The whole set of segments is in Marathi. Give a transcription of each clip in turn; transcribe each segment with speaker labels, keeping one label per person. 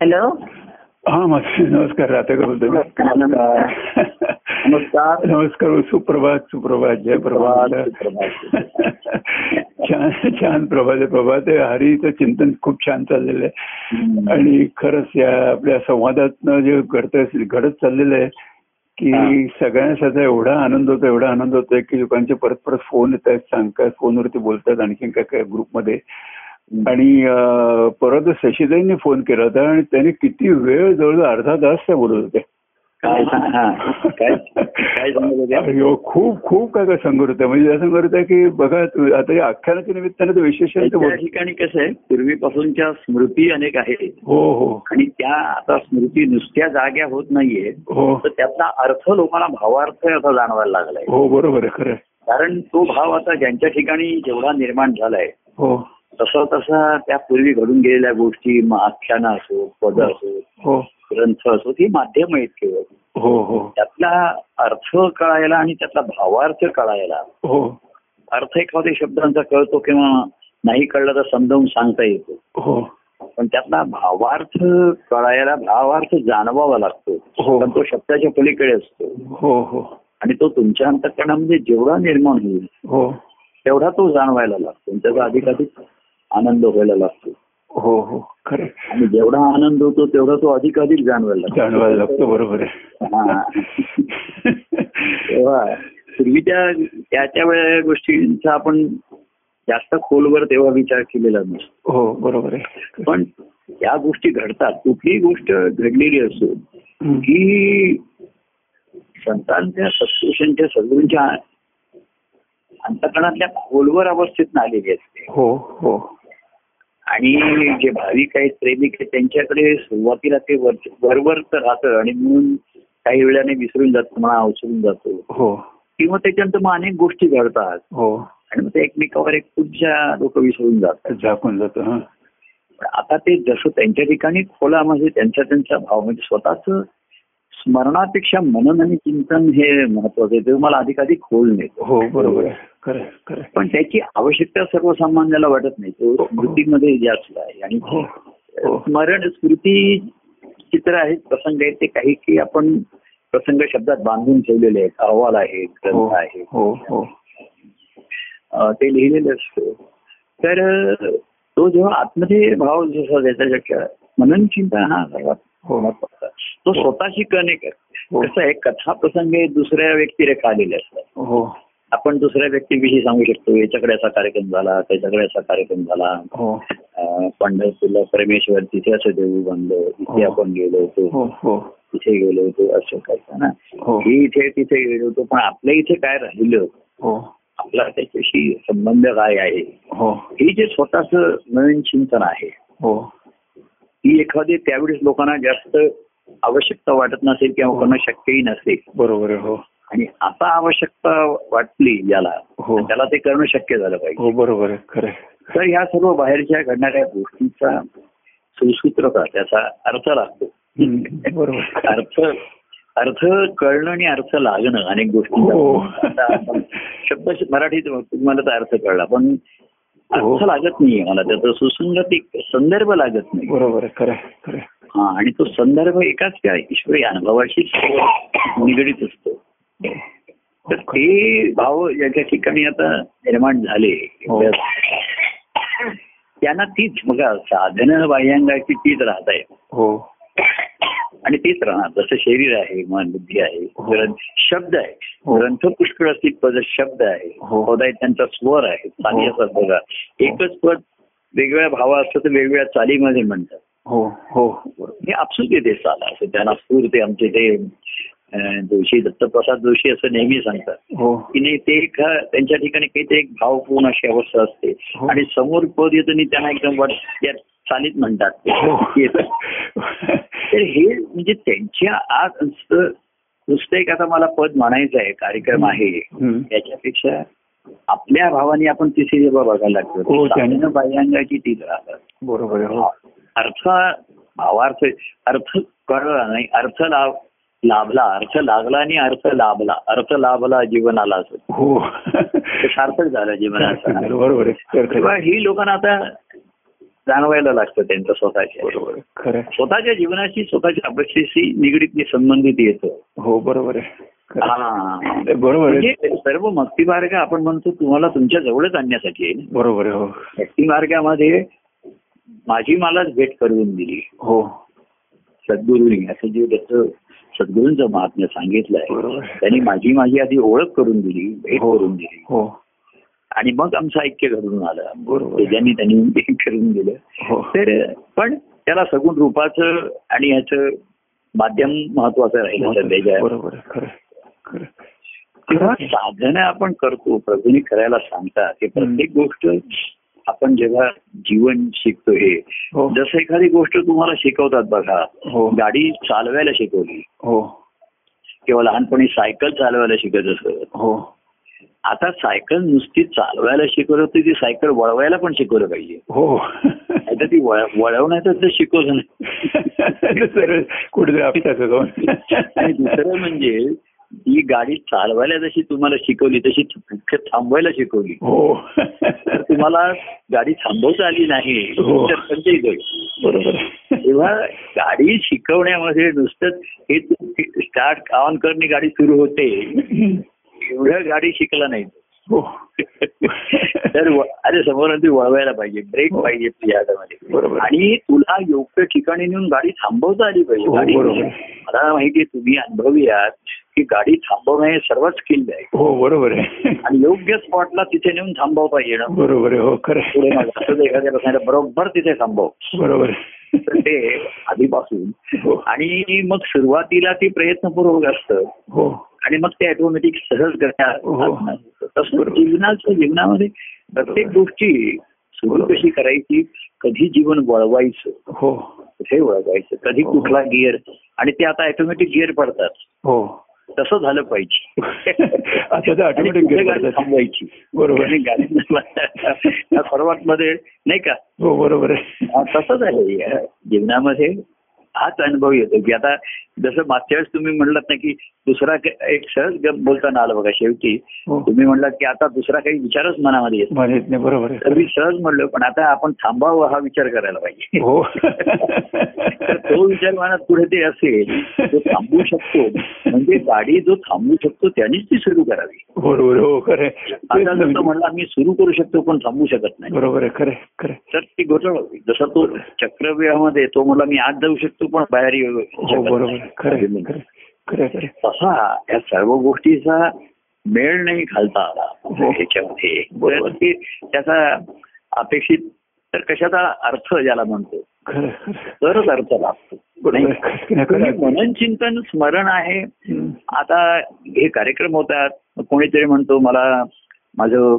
Speaker 1: हॅलो
Speaker 2: हा मावशी नमस्कार राधाकर बोलतोय
Speaker 1: नमस्कार, नमस्कार.
Speaker 2: नमस्कार हो, सुप्रभात सुप्रभात जय प्रभात
Speaker 1: सुप्रभात,
Speaker 2: छान छान प्रभात आहे. प्रभात आहे. हरीचं चिंतन खूप छान चाललेलं आहे आणि खरंच या आपल्या संवादातनं जे घडत घडत चाललेलं आहे की
Speaker 1: हा.
Speaker 2: सगळ्यांना सध्या एवढा आनंद होतो एवढा आनंद होतोय की लोकांचे परत परत फोन येत आहेत सांगतात फोनवरती बोलतात आणखीन काय काय ग्रुपमध्ये आणि अं, परत शशीताईंनी फोन केला होता आणि त्यांनी किती वेळ जवळजवळ अर्धा तास त्या बोलत होत्या
Speaker 1: काय सांग- हा, काय काय सांगत होत्या?
Speaker 2: अरे हो, खूप खूप काय काय सांगत होत्या म्हणजे त्या सांगत होत्या की बघा तू- आता या आख्यानाच्या निमित्ताने ते विशेष ते
Speaker 1: त्या
Speaker 2: बोलत-
Speaker 1: ठिकाणी कसं आहे पूर्वीपासूनच्या स्मृती अनेक आहेत
Speaker 2: हो हो
Speaker 1: आणि त्या आता स्मृती नुसत्या जाग्या होत नाहीये
Speaker 2: हो
Speaker 1: तर त्याचा अर्थ लोकांना भावार्थ असा जाणवायला लागलाय
Speaker 2: हो बरोबर आहे खरं आहे.
Speaker 1: कारण तो भाव आता ज्यांच्या ठिकाणी जेवढा निर्माण झालाय
Speaker 2: हो
Speaker 1: तसा तसा त्या पूर्वी घडून गेलेल्या गोष्टी मग आख्यानं असो पद असो
Speaker 2: हो
Speaker 1: ग्रंथ असो ती माध्यम आहेत केवळ
Speaker 2: हो हो
Speaker 1: त्यातला अर्थ कळायला आणि त्यातला भावार्थ कळायला
Speaker 2: हो
Speaker 1: अर्थ एखाद्या शब्दांचा कळतो किंवा नाही कळला तर समजावून सांगता येतो
Speaker 2: हो
Speaker 1: पण त्यातला भावार्थ कळायला भावार्थ जाणवावा लागतो
Speaker 2: हो.
Speaker 1: पण तो शब्दाच्या पलीकडे असतो
Speaker 2: हो हो
Speaker 1: आणि तो तुमच्या अंतकरणामध्ये जेवढा निर्माण होईल
Speaker 2: हो
Speaker 1: तेवढा तो जाणवायला लागतो आणि त्याचा अधिकाधिक आनंद व्हायला लागतो
Speaker 2: हो हो खरं आहे.
Speaker 1: आणि जेवढा आनंद होतो तेवढा तो अधिकाधिक जाणवायला लागतो
Speaker 2: जाणवायला लागतो बरोबर
Speaker 1: हा.
Speaker 2: आहे
Speaker 1: तेव्हा पूर्वी त्या त्या त्या वेळा गोष्टींचा आपण जास्त खोलवर तेव्हा विचार केलेला नसतो
Speaker 2: हो बरोबर आहे
Speaker 1: पण या गोष्टी घडतात कुठलीही गोष्ट घडलेली असो
Speaker 2: हं.
Speaker 1: की संतांच्या सत्पुरुषांच्या सद्गुरूंच्या अंतकणातल्या खोलवर अवस्थेत आलेली असते
Speaker 2: हो हो
Speaker 1: आणि जे भाविक आहेत प्रेमिक आहेत त्यांच्याकडे सुरुवातीला ते वर- वरवरच राहतं आणि म्हणून काही वेळाने विसरून जातो म्हणा उसरून जातो
Speaker 2: हो
Speaker 1: किंवा त्याच्यानंतर मग अनेक गोष्टी घडतात
Speaker 2: हो
Speaker 1: आणि मग ते एकमेकावर एक पुढच्या लोक विसरून जातात
Speaker 2: झाकून जातो हा
Speaker 1: पण आता ते जसं त्यांच्या ठिकाणी खोला म्हणजे त्यांचा त्यांचा भाव म्हणजे स्वतःच स्मरणापेक्षा मनन आणि चिंतन हे महत्वाचं आहे ते मला अधिकाधिक खोल नेतो
Speaker 2: हो बरोबर आहे खरं आहे, खरं आहे.
Speaker 1: पण त्याची आवश्यकता सर्वसामान्याला वाटत नाही तो स्मृतीमध्ये जास्त आहे आणि
Speaker 2: हो हो
Speaker 1: स्मरण स्मृती चित्र आहेत प्रसंग आहेत ते काही काही आपण प्रसंग शब्दात बांधून ठेवलेले आहेत अहवाल आहेत
Speaker 2: हो
Speaker 1: ग्रंथ आहेत
Speaker 2: हो हो
Speaker 1: अं, ते लिहिलेलं असतं तर अं, तो जेव्हा आतमध्ये भाव जसा त्याच्या मनन चिंता हा सर्वात
Speaker 2: हो
Speaker 1: महत्वाचा. तो स्वतःशी कनेक्ट
Speaker 2: हो.
Speaker 1: कसं आहे कथा प्रसंग हे दुसऱ्या व्यक्तिरेखा आलेले असतात
Speaker 2: हो
Speaker 1: आपण दुसऱ्या व्यक्तीविषयी सांगू शकतो याच्याकडे असा कार्यक्रम झाला त्याच्याकडे असा कार्यक्रम झाला
Speaker 2: हो
Speaker 1: अं, पंढरपूरला परमेश्वर तिथे असं देऊ बांधलं इथे
Speaker 2: हो.
Speaker 1: आपण गेलो होतो
Speaker 2: हो हो
Speaker 1: तिथे गेलो होतो असं करता ना
Speaker 2: हो.
Speaker 1: हे इथे तिथे गेलो होतो पण आपल्या इथे काय राहिलं
Speaker 2: हो
Speaker 1: आपला त्याच्याशी संबंध काय आहे
Speaker 2: हो
Speaker 1: हे जे स्वतःच नवीन चिंतन आहे
Speaker 2: हो
Speaker 1: ही एखादी त्यावेळेस लोकांना जास्त आवश्यकता वाटत नसेल किंवा
Speaker 2: हो.
Speaker 1: लोकांना शक्यही नसेल
Speaker 2: बरोबर आहे हो
Speaker 1: आणि आता आवश्यकता वाटली याला
Speaker 2: हो.
Speaker 1: तर त्याला ते करणं शक्य झालं पाहिजे
Speaker 2: हो बरोबर आहे खरं आहे.
Speaker 1: तर ह्या सर्व बाहेरच्या घडणाऱ्या गोष्टींचा सुसूत्रता त्याचा अर्थ लागतो
Speaker 2: हं, बरोबर आहे.
Speaker 1: अर्थ अर्थ कळणं आणि अर्थ लागणं अनेक
Speaker 2: हो.
Speaker 1: गोष्टी शब्द मराठीत तुम्हाला तर अर्थ कळला पण
Speaker 2: हो.
Speaker 1: अर्थ लागत नाहीये मला त्याचा सुसंगतिक संदर्भ लागत नाही
Speaker 2: बरोबर आहे खरं आहे, खरं आहे.
Speaker 1: हा आणि तो संदर्भ एकाच त्या ईश्वरी अनुभवाशी निगडीत असतो तर ते भाव ज्याच्या ठिकाणी आता निर्माण झाले
Speaker 2: हो.
Speaker 1: त्यांना तीच बघा साधन बाह्यांगाची तीच राहत आहे
Speaker 2: हो
Speaker 1: आणि तेच राहणार जसं शरीर आहे मन बुद्धी आहे
Speaker 2: हो.
Speaker 1: ग्रंथ शब्द आहे
Speaker 2: हो.
Speaker 1: ग्रंथ पुष्कळ असतील पद शब्द आहे
Speaker 2: हो.
Speaker 1: पद आहे त्यांचा स्वर आहे चाली
Speaker 2: हो.
Speaker 1: असतात बघा एकच पद वेगवेगळ्या भावा असतं तर वेगवेगळ्या चालीमध्ये म्हणतात
Speaker 2: हो हो
Speaker 1: हे आपसूक येते चाल असं त्यांना स्फूर ते आमचे ते अं, जोशी दत्तप्रसाद जोशी असं नेहमी सांगतात
Speaker 2: हो
Speaker 1: की नाही ते एक अं, त्यांच्या ठिकाणी काहीतरी एक भावपूर्ण अशी अवस्था असते
Speaker 2: हो.
Speaker 1: आणि समोर पद येतं आणि त्यांना एकदम वाट या चालीत म्हणतात
Speaker 2: हो.
Speaker 1: ते येतं. तर हे म्हणजे त्यांच्या आज असं नुसतं एक आता मला पद म्हणायचं आहे कार्यक्रम आहे
Speaker 2: हं.
Speaker 1: याच्यापेक्षा आपल्या भावाने आपण तिथे जेव्हा बघायला
Speaker 2: हो,
Speaker 1: लागतो
Speaker 2: त्यांनी-
Speaker 1: साधनं बाह्यांगाची तीच राहतात
Speaker 2: बरोबर आहे हो
Speaker 1: अर्थ भावार्थ अर्थ कळला नाही अर्थ लाभ लाभला अर्थ लागला आणि अर्थ लाभला अर्थ लाभला जीवनाला असं
Speaker 2: हो
Speaker 1: ते सार्थक झालं जीवनाचा
Speaker 2: बरोबर आहे खरं- खरं.
Speaker 1: तेव्हा ही लोकांना आता जाणवायला लागतं त्यांचं स्वतःच्या
Speaker 2: बरोबर आहे. खरं आहे.
Speaker 1: स्वतःच्या जीवनाशी स्वतःच्या अपेक्षेशी निगडीत मी संबंधित येतो
Speaker 2: हो बरोबर आहे खरं आहे.
Speaker 1: हा
Speaker 2: नाही, बरोबर आहे
Speaker 1: म्हणजे सर्व भक्ती मार्ग आपण म्हणतो तुम्हाला तुमच्या जवळच आणण्यासाठी आहे ना.
Speaker 2: बरोबर आहे हो
Speaker 1: भक्ती मार्गामध्ये माझी मलाच भेट करून दिली
Speaker 2: हो
Speaker 1: सद्गुरूंनी असं जे त्याचं सद्गुरूंचं महात्म्य सांगितलंय
Speaker 2: बरोबर.
Speaker 1: त्यांनी माझी माझी आधी ओळख करून दिली भेट
Speaker 2: हो.
Speaker 1: करून दिली
Speaker 2: हो
Speaker 1: आणि मग आमचं ऐक्य घडून आलं
Speaker 2: बरोबर.
Speaker 1: त्याच्यानी हो, त्यांनी हे करून दिलं
Speaker 2: हो
Speaker 1: तर पण त्याला सगुण रूपाचं आणि ह्याचं माध्यम महत्वाचं राहिलं सध्याच्या
Speaker 2: बरोबर आहे खरं आहे. खरं आहे.
Speaker 1: किंवा साधनं आपण करतो प्रभूने करायला सांगतात हे
Speaker 2: हम्म.
Speaker 1: प्रत्येक गोष्ट आपण जेव्हा जीवन शिकतो हे
Speaker 2: हो
Speaker 1: जसं एखादी गोष्ट तुम्हाला शिकवतात बघा
Speaker 2: हो
Speaker 1: गाडी चालवायला शिकवली
Speaker 2: हो
Speaker 1: किंवा लहानपणी सायकल चालवायला शिकत असत
Speaker 2: हो
Speaker 1: आता सायकल नुसती चालवायला शिकवलं तर ती सायकल वळवायला पण शिकवलं पाहिजे
Speaker 2: हो
Speaker 1: नाहीतर ती वळ- वळवण्याचं तर शिकवलं नाही
Speaker 2: सरळ कुठे आपल्याचं
Speaker 1: आणि
Speaker 2: जाऊन
Speaker 1: दुसरं म्हणजे ही गाडी चालवायला जशी तुम्हाला शिकवली तशी थांबवायला शिकवली
Speaker 2: हो
Speaker 1: तर तुम्हाला गाडी थांबवता आली नाही
Speaker 2: हो.
Speaker 1: तर संचयी जाईल
Speaker 2: बरोबर आहे.
Speaker 1: तेव्हा गाडी शिकवण्यामध्ये नुसतं हे स्टार्ट ऑन करणे गाडी सुरू होते एवढं गाडी शिकला नाही
Speaker 2: हो
Speaker 1: तर व- अरे समोर ती वळवायला पाहिजे ब्रेक
Speaker 2: हो.
Speaker 1: पाहिजे तुझ्या हातामध्ये
Speaker 2: बरोबर.
Speaker 1: आणि तुला योग्य ठिकाणी नेऊन गाडी थांबवता आली पाहिजे
Speaker 2: हो,
Speaker 1: गाडी
Speaker 2: बरोबर.
Speaker 1: मला माहितीये तुम्ही अनुभवी आहात की गाडी थांबवणं हे सर्वच स्किल आहे
Speaker 2: हो बरोबर आहे
Speaker 1: आणि योग्य स्पॉटला तिथे नेऊन थांबवता येणं
Speaker 2: बरोबर आहे हो खरं
Speaker 1: पुढे
Speaker 2: आहे.
Speaker 1: मागं. असं जर एखाद्याला सांगितलं, बरोबर तिथे थांबव
Speaker 2: बरोबर
Speaker 1: तर
Speaker 2: आहे.
Speaker 1: ते आधीपासून
Speaker 2: हो
Speaker 1: आणि मग सुरुवातीला ते प्रयत्नपूर्वक असतं
Speaker 2: हो
Speaker 1: आणि मग ते ऑटोमॅटिक सहज करण्या
Speaker 2: हो.
Speaker 1: तसं
Speaker 2: बरोबर.
Speaker 1: जीवनाच्या जीवनामध्ये प्रत्येक
Speaker 2: बरोबर.
Speaker 1: गोष्टी सुरू
Speaker 2: बरोबर.
Speaker 1: कशी करायची कधी जीवन वळवायचं
Speaker 2: हो
Speaker 1: कुठे वळवायचं कधी
Speaker 2: हो.
Speaker 1: कुठला गिअर आणि ते आता ऑटोमॅटिक गिअर पडतात
Speaker 2: हो
Speaker 1: तसं झालं पाहिजे
Speaker 2: आता
Speaker 1: आणि
Speaker 2: तर automatic
Speaker 1: कुठे
Speaker 2: गेलं
Speaker 1: गाडी
Speaker 2: पाहिजे.
Speaker 1: थांबवायची
Speaker 2: बरोबर.
Speaker 1: आणि गाडी सर्वात मध्ये नाही का
Speaker 2: हो बरोबर आहे
Speaker 1: हा, तसंच आहे या जीवनामध्ये हाच अनुभव येतो की आता जसं मागच्या वेळेस तुम्ही म्हणलात ना की दुसरा क- एक सहज ग- बोलताना आलं बघा शेवटी
Speaker 2: हो
Speaker 1: तुम्ही म्हणलात की आता दुसरा काही विचारच मनामध्ये येतो
Speaker 2: माझ्या इथनं बरोबर
Speaker 1: तर
Speaker 2: आहे
Speaker 1: मी सहज म्हणलो पण आता आपण थांबावं हा विचार करायला पाहिजे
Speaker 2: हो
Speaker 1: तर तो विचार मनात पुढे ते असेल तो थांबू शकतो म्हणजे गाडी जो थांबू शकतो त्यानेच ती सुरू करावी
Speaker 2: बरोबर हो खरं आहे.
Speaker 1: आता
Speaker 2: तेच
Speaker 1: जसं
Speaker 2: नवीन.
Speaker 1: म्हणला मी सुरू करू शकतो पण थांबू शकत नाही
Speaker 2: बरोबर आहे खरं आहे, खरं आहे.
Speaker 1: तर ती गोष्ट होती. जसं तो चक्रव्यूहामध्ये तो म्हणला मी आत जाऊ शकतो पण बाहेर येऊ
Speaker 2: हो
Speaker 1: शकत
Speaker 2: बरोबर आहे, खरं आहे,
Speaker 1: नाही.
Speaker 2: खरं आहे, खरं आहे, खरं आहे.
Speaker 1: तसा या सर्व गोष्टीचा मेळ नाही घालता आला
Speaker 2: हो.
Speaker 1: ह्याच्यामध्ये
Speaker 2: बरोबर.
Speaker 1: तर ते त्याचा अपेक्षित तर कशाचा अर्थ ज्याला म्हणतो
Speaker 2: खरं आहे, खरं आहे.
Speaker 1: तरच अर्थ लागतो
Speaker 2: बरोबर
Speaker 1: नाही
Speaker 2: आहे, खरं आहे, खरं
Speaker 1: तुम्ही
Speaker 2: आहे.
Speaker 1: मनन चिंतन स्मरण आहे
Speaker 2: हम्म.
Speaker 1: आता हे कार्यक्रम होतात मग कोणीतरी म्हणतो मला माझं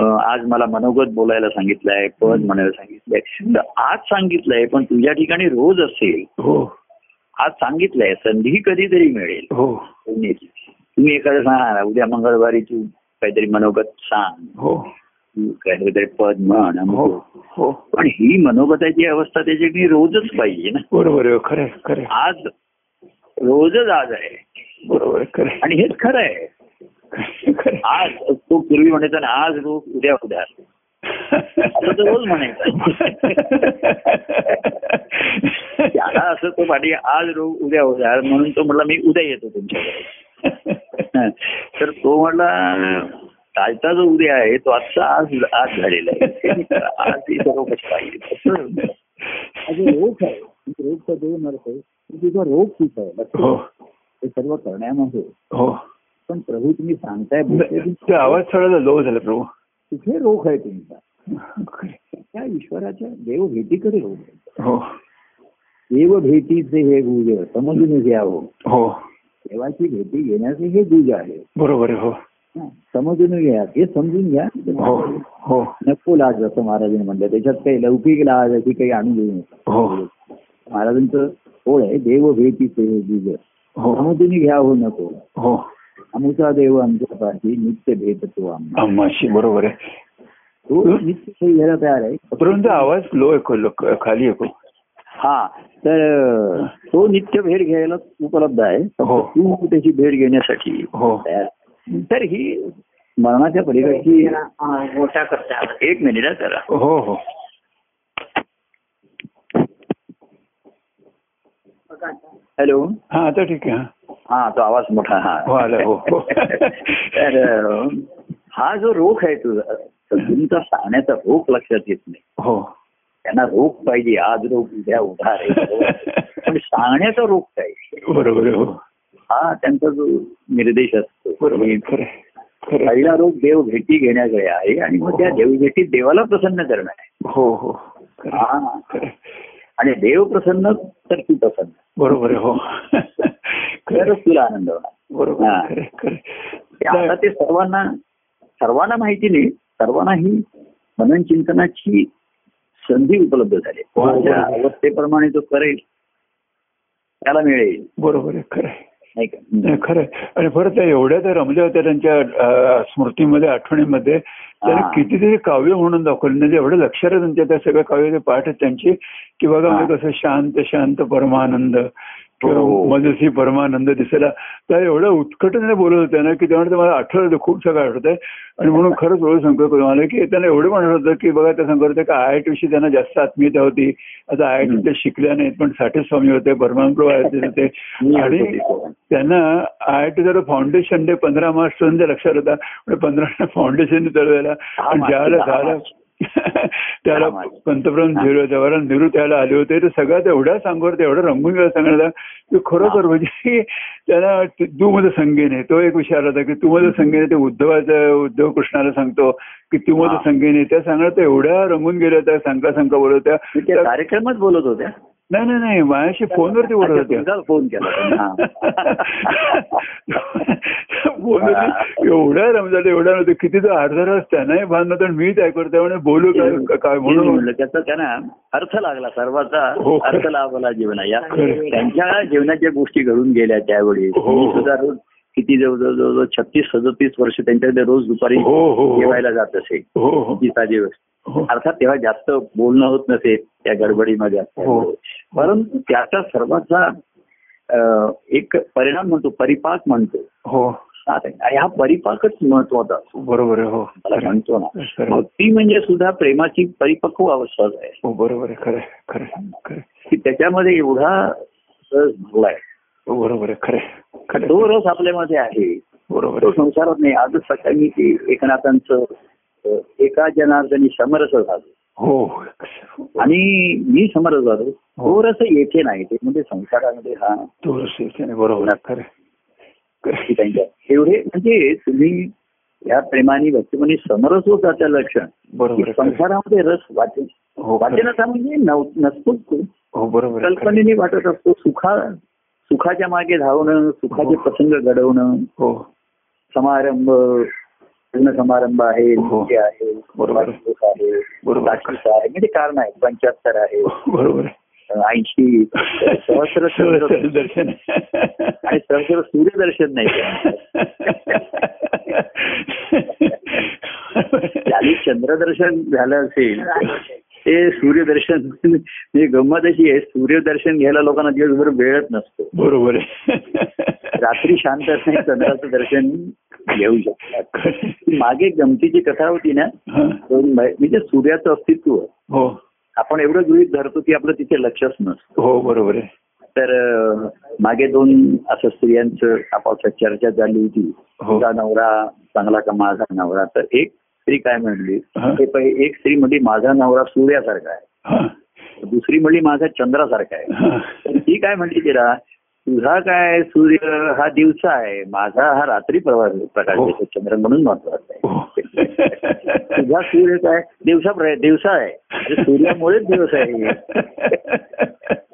Speaker 1: अं, आज मला मनोगत बोलायला सांगितलंय पद म्हणायला सांगितलंय तर आज सांगितलंय पण तुझ्या ठिकाणी रोज असेल
Speaker 2: हो
Speaker 1: आज सांगितलंय संधी कधीतरी मिळेल
Speaker 2: हो
Speaker 1: बोलण्याची. तुम्ही एखादं सांगा उद्या मंगळवारी तू काहीतरी मनोगत सांग
Speaker 2: हो
Speaker 1: तू काहीतरी पद म्हण
Speaker 2: हो
Speaker 1: अमुक.
Speaker 2: हो
Speaker 1: पण ही मनोगताची अवस्था त्याच्याकडे रोजच पाहिजे ना
Speaker 2: बरोबर आहे हो, खरं आहे, खरं आहे.
Speaker 1: आज रोजच आज आहे
Speaker 2: बरोबर आहे, खरं आहे.
Speaker 1: आणि हेच खरं आहे
Speaker 2: खरं आहे.
Speaker 1: आज तो पूर्वी म्हणायचा ना आज रोज उद्या उद्या असं तो रोज म्हणायचा त्याला असं तो पाठी आज रोज उद्या उद्या म्हणून तो म्हटला मी उद्या येतो तुमच्याकडे हं. तर तो म्हटला कालचा जो उद्या आहे तो आजचा आज आज झालेला आहे आज ही सर्व गोष्ट आहे. तसं अजून रोग आहे रोगचा देव नरक आहे तुझा रोग कुठं आहे लक्ष
Speaker 2: हो
Speaker 1: हे सर्व करण्यामध्ये
Speaker 2: हो
Speaker 1: पण प्रभू तुम्ही सांगताय बोलताय तुम्ही
Speaker 2: ते आवाज थोडा लो झाला प्रभू
Speaker 1: कुठे रोग आहे तुमचा
Speaker 2: खरं आहे.
Speaker 1: त्या ईश्वराच्या देव भेटीकडे रोग आहे
Speaker 2: हो
Speaker 1: देव भेटीचे हे गुज समजून घ्यावं
Speaker 2: हो
Speaker 1: देवाची भेटी घेण्याचे हे गुज आहे
Speaker 2: बरोबर आहे हो
Speaker 1: हं. समजून घ्या हे समजून घ्या
Speaker 2: हो हो
Speaker 1: नको लाज जसं महाराजांनी म्हणलं त्याच्यात काही लौकिक लाज अशी काही आणून देऊ नका
Speaker 2: हो
Speaker 1: महाराजांचं ओळ आहे देव भेटीचे हे गुज
Speaker 2: हो
Speaker 1: समजून घ्या हो नको
Speaker 2: हो
Speaker 1: अमुचा देव आमच्या पाठी नित्य भेट तो आम्हा
Speaker 2: अम्माशी बरोबर आहे
Speaker 1: तो नित्य खेळ घ्यायला तयार आहे
Speaker 2: परंतु आवाज लो ऐकू लो खाली ऐकू
Speaker 1: हा तर अं, तो नित्य भेट घ्यायला उपलब्ध आहे
Speaker 2: हो
Speaker 1: तू त्याची भेट घेण्यासाठी
Speaker 2: हो
Speaker 1: तयार तर ही मरणाच्या पलीकडची एक मिनिट हा जरा
Speaker 2: हो हो
Speaker 3: का आता
Speaker 1: हॅलो
Speaker 2: हा आता ठीक आहे हा.
Speaker 1: हा तो आवाज मोठा हा
Speaker 2: हो, आला, हो, हो.
Speaker 1: तर अं, हा जो रोग आहे तुझा तुमचा सांगण्याचा रोग लक्षात येत नाही
Speaker 2: हो
Speaker 1: त्यांना रोग पाहिजे आज रोग उद्या उधार आहे पण सांगण्याचा रोग काय
Speaker 2: बरोबर आहे, हो
Speaker 1: हा त्यांचा जो निर्देश असतो
Speaker 2: बरोबर आहे, खरं आहे, खरं आहे.
Speaker 1: पहिला रोग देव भेटी घेण्याकडे आहे आणि मग त्या देवभेटीत देवाला प्रसन्न करणं आहे
Speaker 2: हो हो खरं आहे,
Speaker 1: हा.
Speaker 2: खरं आहे.
Speaker 1: आणि देव प्रसन्न तर तू प्रसन्न
Speaker 2: बरोबर आहे, हो खरं
Speaker 1: तरच
Speaker 2: आहे,
Speaker 1: तुला आनंद होणार
Speaker 2: बरोबर
Speaker 1: हा.
Speaker 2: आहे, खरं आहे, खरं
Speaker 1: ते आता
Speaker 2: आहे.
Speaker 1: ते सर्वांना सर्वांना माहिती नाही सर्वांना ही मनन चिंतनाची संधी उपलब्ध झाली
Speaker 2: हो, बरोबर.
Speaker 1: कोणाच्या अवस्थेप्रमाणे तो करेल त्याला मिळेल
Speaker 2: बरोबर आहे खरं आहे.
Speaker 1: नाही का
Speaker 2: नाही, खरं आहे. आणि परत त्या एवढ्या त्या रमल्या होत्या त्यांच्या अ, स्मृतीमध्ये आठवणीमध्ये त्याने
Speaker 1: हा.
Speaker 2: कितीतरी काव्य म्हणून दाखवले म्हणजे एवढं लक्षात आहे त्यांच्या त्या सगळ्या काव्याचे पाठ आहेत त्यांचे की बघा
Speaker 1: हा.
Speaker 2: म्हणजे कसं शांत शांत परमानंद किंवा
Speaker 1: हो.
Speaker 2: मजसी परमानंद दिसायला त्या एवढ्या उत्कटने बोलत होत्या ना की त्यामुळे ते मला आठवलं होतं, खूप सगळं आठवत आहे आणि म्हणून खरंच एवढं संकल्प मला की त्यांना एवढं म्हणत होतं की बघा त्या सांगत होत्या की आय आय विषयी त्यांना जास्त आत्मीयता होती आता आय आय
Speaker 1: हम्म.
Speaker 2: ते शिकल्या नाहीत पण साठे स्वामी होते परमानप्रभू आहेत होते
Speaker 1: मी
Speaker 2: आणि
Speaker 1: ऐकतो ते.
Speaker 2: त्यांना आय आय टी जरा फाउंडेशन डे पंधरा मार्च पर्यंत लक्षात होता पण पंधरा फाउंडेशन चढवायला
Speaker 1: हा
Speaker 2: आणि
Speaker 1: मार्च,
Speaker 2: ज्यावेळेला
Speaker 1: हा
Speaker 2: झालं
Speaker 1: मार्च.
Speaker 2: त्याला
Speaker 1: हा मार्च.
Speaker 2: पंतप्रधान
Speaker 1: हा.
Speaker 2: नेहरू- जवाहरलाल नेहरू त्याला आले होते तर सगळ्यात एवढ्या सांगवर एवढं रंगून गेला सांगायला की खरोखर म्हणजे त्याला तू मध्ये संगेन आहे तो एक विषय आला होता की तू मध्ये संगेन आहे ते उद्धवाचं उद्धव कृष्णाला सांगतो की तू मध्ये
Speaker 1: हा.
Speaker 2: संगेन आहे त्या सांगणार तर एवढ्या रंगून गेल्या त्या सांका सांका बोलत
Speaker 1: मी त्या
Speaker 2: होत्या
Speaker 1: कार्यक्रमात बोलत होत्या
Speaker 2: नाही नाही नाही माझ्याशी फोनवरती बोलत होत्या
Speaker 1: फोन केला त्यांनी. हा.
Speaker 2: बोलत एवढ्या रमजान एवढ्या नव्हतं किती तर अर्धा तास त्यांनाही भान नव्हतं आणि मीच ऐकवत त्यामुळे बोलू काय काय
Speaker 1: म्हणून
Speaker 2: म्हणून
Speaker 1: म्हणलं त्याचा त्यांना अर्थ लागला सर्वाचा
Speaker 2: हो.
Speaker 1: अर्थ लाभला जीवना या
Speaker 2: खरं.
Speaker 1: त्यांच्या जीवनाच्या गोष्टी घडून गेल्या त्यावेळी
Speaker 2: हो.
Speaker 1: मी सुद्धा रोज किती जवळजवळ जवळजवळ छत्तीस सदतीस वर्ष त्यांच्याकडे रोज दुपारी
Speaker 2: हो, हो, हो.
Speaker 1: जेवायला जात असे
Speaker 2: हो हो
Speaker 1: ती साधी गोष्ट.
Speaker 2: हो
Speaker 1: अर्थात तेव्हा जास्त बोलणं होत नसे त्या गडबडीमध्ये
Speaker 2: हो.
Speaker 1: असल्यामुळे. परंतु त्याचा सर्वांचा अं, एक परिणाम म्हणतो परिपाक म्हणतो
Speaker 2: हो
Speaker 1: आणि हा परिपाकच महत्वाचा असतो
Speaker 2: बरोबर आहे हो
Speaker 1: मला म्हणतो ना
Speaker 2: खरं.
Speaker 1: भक्ती म्हणजे सुद्धा प्रेमाची परिपक्व अवस्था आहे
Speaker 2: हो बरोबर आहे खरं आहे, खरं आहे, खरं आहे.
Speaker 1: की त्याच्यामध्ये एवढा रस भरलाय
Speaker 2: हो बरोबर आहे खरं आहे, खरं
Speaker 1: तो
Speaker 2: आहे.
Speaker 1: रस आपल्यामध्ये आहे
Speaker 2: बरोबर
Speaker 1: तो
Speaker 2: आहे
Speaker 1: संसारात नाही आजच सकाळी मी ते एकनाथांचं अ, एका जनार्दनी समरस झालो
Speaker 2: हो हो.
Speaker 1: आणि मी समरस झालो तो रस येथे नाही ते म्हणजे संसारामध्ये हा
Speaker 2: तो रस्त्याने बरोबर आहे खरं आहे. खरं आहे.
Speaker 1: ठिकाणी आहे. एवढे म्हणजे तुम्ही या प्रेमाने भक्तीमध्ये समरस होत त्याचं लक्षण
Speaker 2: बरोबर
Speaker 1: की
Speaker 2: आहे खरं आहे.
Speaker 1: संसारामध्ये रस वाटेल
Speaker 2: हो खरं आहे.
Speaker 1: वाटेनाचा म्हणजे नव- नसतोच तो.
Speaker 2: हो बरोबर आहे खरं आहे.
Speaker 1: कल्पनेने वाटत असतो सुखा सुखाच्या मागे धावणं सुखाचे
Speaker 2: हो.
Speaker 1: प्रसंग घडवणं
Speaker 2: हो
Speaker 1: समारंभ लग्न समारंभ आहे
Speaker 2: हो.
Speaker 1: नृत्य आहे
Speaker 2: बरोबर.
Speaker 1: वाढदिवस आहे
Speaker 2: बरोबर आहे.
Speaker 1: साक्षीचा आहे म्हणजे कारण आहे पंच्याहत्तर आहे
Speaker 2: बरोबर आहे
Speaker 1: ऐंशी सहस्र चंद्र
Speaker 2: सहस्र दर्शन
Speaker 1: आणि सहस्र सूर्यदर्शन नाही ज्याने चंद्रदर्शन झालं असेल ते सूर्यदर्शन म्हणजे गंमत अशी आहे सूर्यदर्शन घ्यायला लोकांना दिवसभर वेळच नसतो
Speaker 2: बरोबर आहे
Speaker 1: रात्री शांत असणे चंद्राचं दर्शन घेऊ शकतात
Speaker 2: खरं.
Speaker 1: मागे गमतीची कथा होती ना
Speaker 2: हा.
Speaker 1: दोन बाय- म्हणजे सूर्याचं अस्तित्व
Speaker 2: हो
Speaker 1: आपण एवढं गृहित धरतो की आपलं तिथे लक्षच नसतं
Speaker 2: हो बरोबर आहे
Speaker 1: तर अं, मागे दोन असं स्त्रियांचं आपापसात चर्चा झाली होती
Speaker 2: हो
Speaker 1: तुझा नवरा चांगला का माझा नवरा तर एक स्त्री काय म्हणली
Speaker 2: हा.
Speaker 1: ते पहिले एक स्त्री म्हणली माझा नवरा सूर्यासारखा आहे
Speaker 2: हा.
Speaker 1: दुसरी म्हणली माझा चंद्रासारखा आहे
Speaker 2: हा.
Speaker 1: तर ती काय म्हणली तिला तुझा काय सूर्य हा दिवसा आहे माझा हा रात्री प्रवास प्रकाश
Speaker 2: हो.
Speaker 1: देतो. चंद्र म्हणून महत्वाचा आहे
Speaker 2: हो.
Speaker 1: तुझा सूर्य काय दिवसा दिवसा आहे म्हणजे सूर्यामुळेच दिवस आहे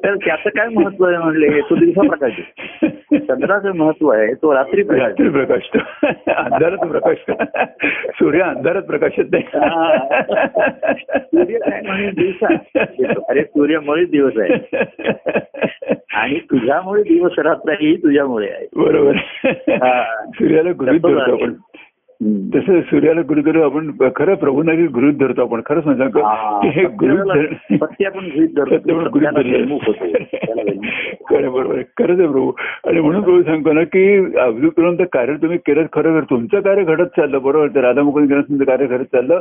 Speaker 1: तर त्याचं काय महत्व आहे म्हणले तो दिवसा प्रकाश आहे. चंद्राचं महत्व आहे तो रात्री प्रकाश आहे.
Speaker 2: रात्री प्रकाशतो अंधारात प्रकाशतो सूर्य अंधारात प्रकाशत
Speaker 1: हा.
Speaker 2: नाही
Speaker 1: सूर्य काय म्हणे दिवसा देतो. अरे सूर्यामुळेच दिवस आहे आणि तुझ्यामुळे दिवस रात्र ही तुझ्यामुळे आहे तो
Speaker 2: बरोबर
Speaker 1: हा.
Speaker 2: सूर्याला गृहित
Speaker 1: तसंच
Speaker 2: धरतो
Speaker 1: आहे.
Speaker 2: आपण
Speaker 1: हम्म.
Speaker 2: तसं सूर्याला गृहित धरू आपण खरं प्रभूनागी गृहित धरतो आपण खरं सांगतो
Speaker 1: हा.
Speaker 2: की हे गृहित
Speaker 1: सत्याला- सत्य आपण गृहीत धरतो.
Speaker 2: सत्याला गृहीत
Speaker 1: सत्याला
Speaker 2: धरलं.
Speaker 1: विमुख होतो. त्याला विमुख होतो.
Speaker 2: खरं बरोबर आहे. खरंच आहे प्रभू आणि म्हणून प्रभू सांगतो ना की अभिपर्यंत कार्य तुम्ही केलं खरं खरं तुमचं कार्य घडत चाललं बरोबर तर राधा मुकुंद तुमचं कार्य घडत चाललं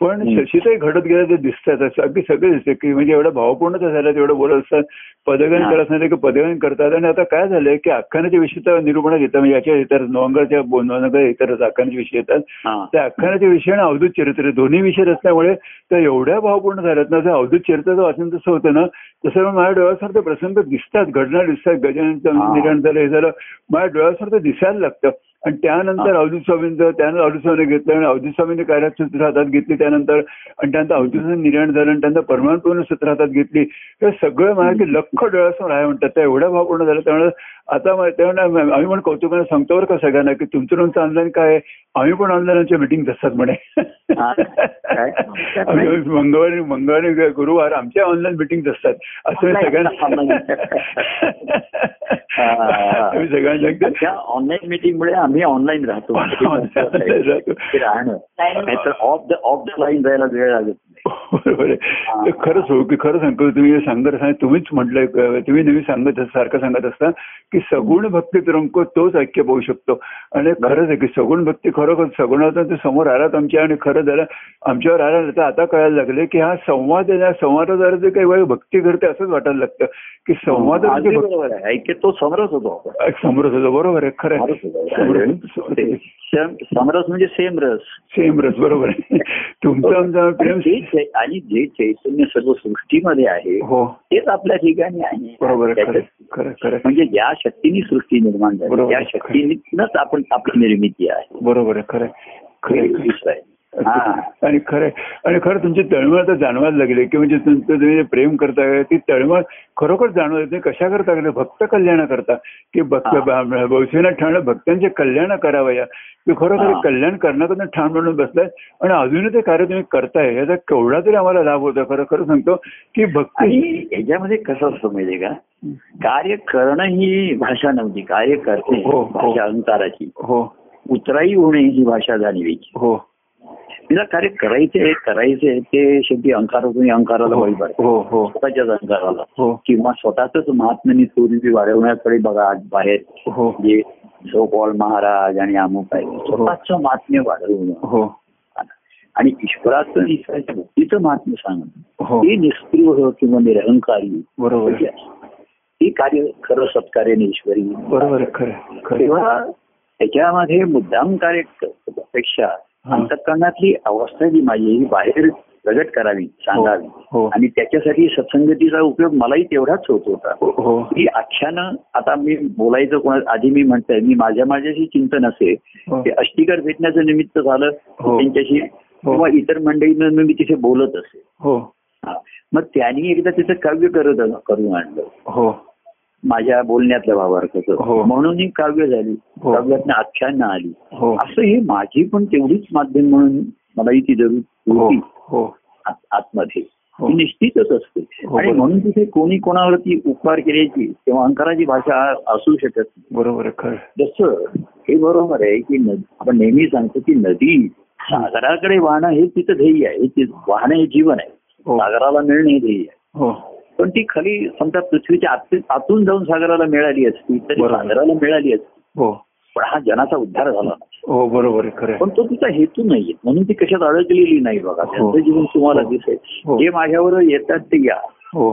Speaker 2: पण
Speaker 1: हं.
Speaker 2: शशीताई घडत गेल्या ते दिसतात असं अगदी सगळे दिसते की म्हणजे एवढं भावपूर्णच झालं तेवढं बोलत असतात पदगान
Speaker 1: हा.
Speaker 2: करत नाही की पदगान करतात आणि आता काय झालंय की आख्यानाच्या विषयी निरूपण घेतात म्हणजे याच्या इतर नोंगरच्या नोंगर इतर आख्यानाचे विषय येतात
Speaker 1: हा
Speaker 2: त्या आख्यानाचे विषय आणि अवधूत चरित्र दोन्ही विषय असल्यामुळे त्या एवढ्या भावपूर्ण झाल्यात ना जर अवधूत चरित्राचं वाचन जसं होतं ना तसं मग माझ्या डोळ्यासमोर ते प्रसंग दिसतात घडना दिसतात गजानन
Speaker 1: हा.
Speaker 2: निर्माण झालं हे झालं माझ्या डोळ्यासमोर ते दिसायला लागतं आणि त्यानंतर
Speaker 1: हा.
Speaker 2: अवधूत स्वामींचं त्यानंतर अवधूत स्वामीने घेतलं आणि अवधूत स्वामीने कार्यात सूत्र हातात घेतली त्यानंतर आणि त्यानंतर अवधूत स्वामी निर्याण झालं आणि त्यानंतर परमानपूर्ण सूत्र हातात घेतली हे सगळं माझ्या लख डोळ्यासमोर आहे म्हणतात त्या एवढ्या भावपूर्ण झालं त्यामुळे आता मग त्यामुळे आम्ही पण कौतुकाने सांगतो बरं का सगळ्यांना की तुमचं तुमचं ऑनलाईन काय आहे? आम्ही पण ऑनलाईनच्या मिटिंग असतात म्हणे
Speaker 1: हा. काय?
Speaker 2: आम्ही मंगळवारी मंगळवारी किंवा गुरुवार आमच्या ऑनलाईन मिटिंग असतात असं मी सगळ्यांना
Speaker 1: हा.
Speaker 2: आम्ही सगळ्यांना एकदा
Speaker 1: त्या ऑनलाईन मीटिंग मुळे आम्ही ऑनलाईन राहतो
Speaker 2: Online राहतो.
Speaker 1: ते राहणं नाहीतर off the off the line जायला वेळ लागत नाही
Speaker 2: बरोबर आहे तर खरंच हो की खरं सांगतो तुम्ही हे सांगत असा तुम्हीच म्हटलंय अं, तुम्ही नेहमी सांगत अस- सारखं सांगत असता की सगुण भक्ती तुरंक तोच ऐक्य पाहू शकतो आणि खरंच आहे की सगुण भक्ती खरोखर सगुणाचा ते समोर आलात आमच्या आणि खरं झालं आमच्यावर आला तर आता कळायला लागले की हा संवाद आहे ना संवादाद्वारे जे काही वेळ भक्ती घडते असंच वाटायला लागतं की संवाद म्हणजे
Speaker 1: अगदी बरोबर आहे ऐके तो समरस होतो आपण
Speaker 2: समरस होतो बरोबर आहे खरं
Speaker 1: समरस होतो. ते सम- समरस म्हणजे सेम रस
Speaker 2: सेम रस बरोबर आहे तुमचं आमचा प्रेम
Speaker 1: हो. आणि जे चै- आणि जे चैतन्य सर्व सृष्टीमध्ये आहे
Speaker 2: हो
Speaker 1: तेच आपल्या ठिकाणी आहे
Speaker 2: बरोबर आहे खरं
Speaker 1: त्याच्यात-
Speaker 2: आहे, खरं आहे, खरं आहे.
Speaker 1: म्हणजे ज्या शक्तीने सृष्टी निर्माण झाली
Speaker 2: बरोबर.
Speaker 1: त्या शक्तीनेच आपण आपली निर्मिती आहे
Speaker 2: बरोबर आहे खरं आहे. खरं
Speaker 1: हे
Speaker 2: आहे.
Speaker 1: दुसरं आहे. हा
Speaker 2: आणि खरं आहे. आणि खरं तुमची तळमळ आता जाणवायला लागली की म्हणजे तुमचं तुम्ही जे प्रेम करताय ती तळमळ खरोखर जाणवत येते कशा करता लागले भक्त कल्याण करता की भक्त
Speaker 1: हा.
Speaker 2: भविष्याला ठाणं भक्तांचे कल्याण करावया की खरोखर
Speaker 1: हा.
Speaker 2: कल्याण करण्याकडून ठाण म्हणून बसलाय आणि अजूनही ते कार्य तुम्ही करताय याचा केवढा तरी आम्हाला लाभ होता खरं खरं सांगतो की
Speaker 1: आणि
Speaker 2: भक्ती
Speaker 1: याच्यामध्ये कसं असतं माहितीये का कार्य करणं ही भाषा नव्हती कार्य करणे
Speaker 2: हो, हो.
Speaker 1: भाषा अंकाराची
Speaker 2: हो
Speaker 1: उतराई होणे ही भाषा जाणवीची
Speaker 2: हो
Speaker 1: तिला कार्य करायचे करायचे ते शेवटी अंकारातून अंकाराला बळी पडतात
Speaker 2: हो हो
Speaker 1: स्वतःच्याच अंकाराला
Speaker 2: हो
Speaker 1: किंवा स्वतःच महात्म्याने चोरी वाढवण्याकडे बघा आज बाहेर
Speaker 2: हो
Speaker 1: जे सो कॉल महाराज आणि अमुक आहे स्वतःच महात्म्य वाढवणं
Speaker 2: हो
Speaker 1: आणि ईश्वराचं ईश्वराच्या भक्तीचं महात्म्य सांगणं
Speaker 2: हो
Speaker 1: ते निस्पृह किंवा निरहंकारी
Speaker 2: बरोबर आहे.
Speaker 1: हे म्हणजे कार्य खरं सत्कार्य आणि ईश्वरी
Speaker 2: बरोबर आहे खरं आहे, खरं आहे.
Speaker 1: तेव्हा त्याच्यामध्ये मुद्दाम कार्य क- पेक्षा
Speaker 2: हा.
Speaker 1: अंतकरणातली अवस्था जी माझी आहे, ही बाहेर प्रगट करावी
Speaker 2: हो,
Speaker 1: सांगावी
Speaker 2: हो.
Speaker 1: आणि त्याच्यासाठी सत्संगतीचा उपयोग मलाही तेवढाच होत होता
Speaker 2: हो हो
Speaker 1: ही आख्यानं आता मी बोलायचं कोणा आधी मी म्हणतोय मी माझ्या माझ्याशी चिंतन असे
Speaker 2: हो.
Speaker 1: ते अष्टीकर भेटण्याचं निमित्त झालं
Speaker 2: हो.
Speaker 1: त्यांच्याशी किंवा इतर मंडळींना मी तिथे बोलत असे
Speaker 2: हो
Speaker 1: हा. मग त्यांनी एकदा तिचं काव्य करत करून आणलं
Speaker 2: हो
Speaker 1: माझ्या बोलण्यातल्या भावार्थाचं
Speaker 2: हो.
Speaker 1: म्हणून ही काव्य झाली
Speaker 2: हो.
Speaker 1: काव्यातनं आख्यान आली
Speaker 2: हो
Speaker 1: असं हे माझी पण तेवढीच माध्यम म्हणून मलाही ती जरूर
Speaker 2: हो
Speaker 1: होती
Speaker 2: हो
Speaker 1: आत- आतमध्ये
Speaker 2: हो.
Speaker 1: ती निश्चितच असते
Speaker 2: हो,
Speaker 1: आणि
Speaker 2: बरोबर.
Speaker 1: म्हणून तिथे कोणी कोणावरती उपकार केल्याची किंवा अंकाराची भाषा असू शकत नाही.
Speaker 2: बरोबर आहे खरं
Speaker 1: जसं हे बरोबर आहे की नद- आपण नेहमी सांगतो की नदी सागराकडे वाहणं हे तिचं ध्येय आहे हे ती- वाहणं हे जीवन आहे
Speaker 2: हो
Speaker 1: सागराला मिळणं हे ध्येय आहे
Speaker 2: हो
Speaker 1: पण ती खाली समजा पृथ्वीच्या आत आतून जाऊन सागराला मिळाली असती तरी
Speaker 2: बरोबर.
Speaker 1: सागराला मिळाली असती
Speaker 2: हो
Speaker 1: पण हा जनाचा उद्धार झाला नाही.
Speaker 2: हो बरोबर आहे खरं आहे.
Speaker 1: पण तो तिचा हेतू नाहीये म्हणून ती कशात अडकलेली नाही बघा
Speaker 2: हो.
Speaker 1: त्यांचं जीवन तुम्हाला
Speaker 2: हो.
Speaker 1: दिसेल
Speaker 2: हो.
Speaker 1: जे माझ्यावर येतात ते या
Speaker 2: हो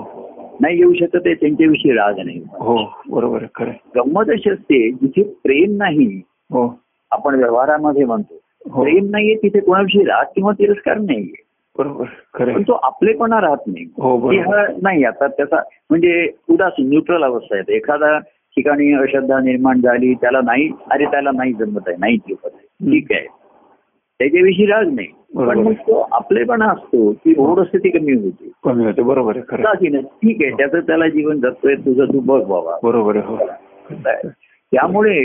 Speaker 1: नाही येऊ शकत ते त्यांच्याविषयी राग नाही
Speaker 2: हो बरोबर आहे खरं आहे.
Speaker 1: गंमत अशी असते जिथे प्रेम नाही
Speaker 2: हो
Speaker 1: आपण व्यवहारामध्ये म्हणतो
Speaker 2: हो.
Speaker 1: प्रेम नाहीये तिथे कोणाविषयी राग किंवा तिरस्कार नाहीये
Speaker 2: बरोबर आहे, खरं
Speaker 1: पण
Speaker 2: आहे.
Speaker 1: तो आपलेपणा राहत नाही
Speaker 2: हो
Speaker 1: की
Speaker 2: बरोबर
Speaker 1: हा नाही आता त्याचा म्हणजे उदासीन न्यूट्रल अवस्था आहे एखादा ठिकाणी अश्रद्धा निर्माण झाली त्याला नाही अरे त्याला नाही जमत आहे नाही जमत आहे ठीक आहे त्याच्याविषयी राग नाही
Speaker 2: बरोबर.
Speaker 1: पण मग तो आपलेपणा असतो की ओढस्थिती कमी होते
Speaker 2: कमी होते बरोबर आहे खरं आहे.
Speaker 1: उदासीन आहे. ठीक आहे त्याचं त्याला जीवन जगतोय तुझं तू बघ बाबा
Speaker 2: बरोबर आहे हो
Speaker 1: काय? त्यामुळे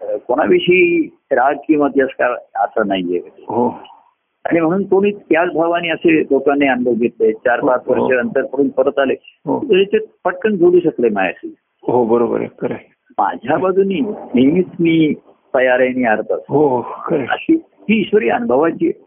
Speaker 1: अ, कोणाविषयी राग किंवा तिरस्कार असं नाहीये
Speaker 2: हो
Speaker 1: आणि म्हणून कोणी त्याच भावाने असे लोकांनी अनुभव घेतले चार पाच
Speaker 2: हो.
Speaker 1: वर्ष अंतर करून परत आले
Speaker 2: हो
Speaker 1: तरी ते पटकन जोडू शकले माझ्याशी
Speaker 2: हो बरोबर आहे खरं आहे.
Speaker 1: माझ्या बाजूनी नेहमीच मी तयार आहे आणि अर्थ असतो.
Speaker 2: हो हो, खरं आहे.
Speaker 1: अशी ही ईश्वरी अनुभवाची आहे.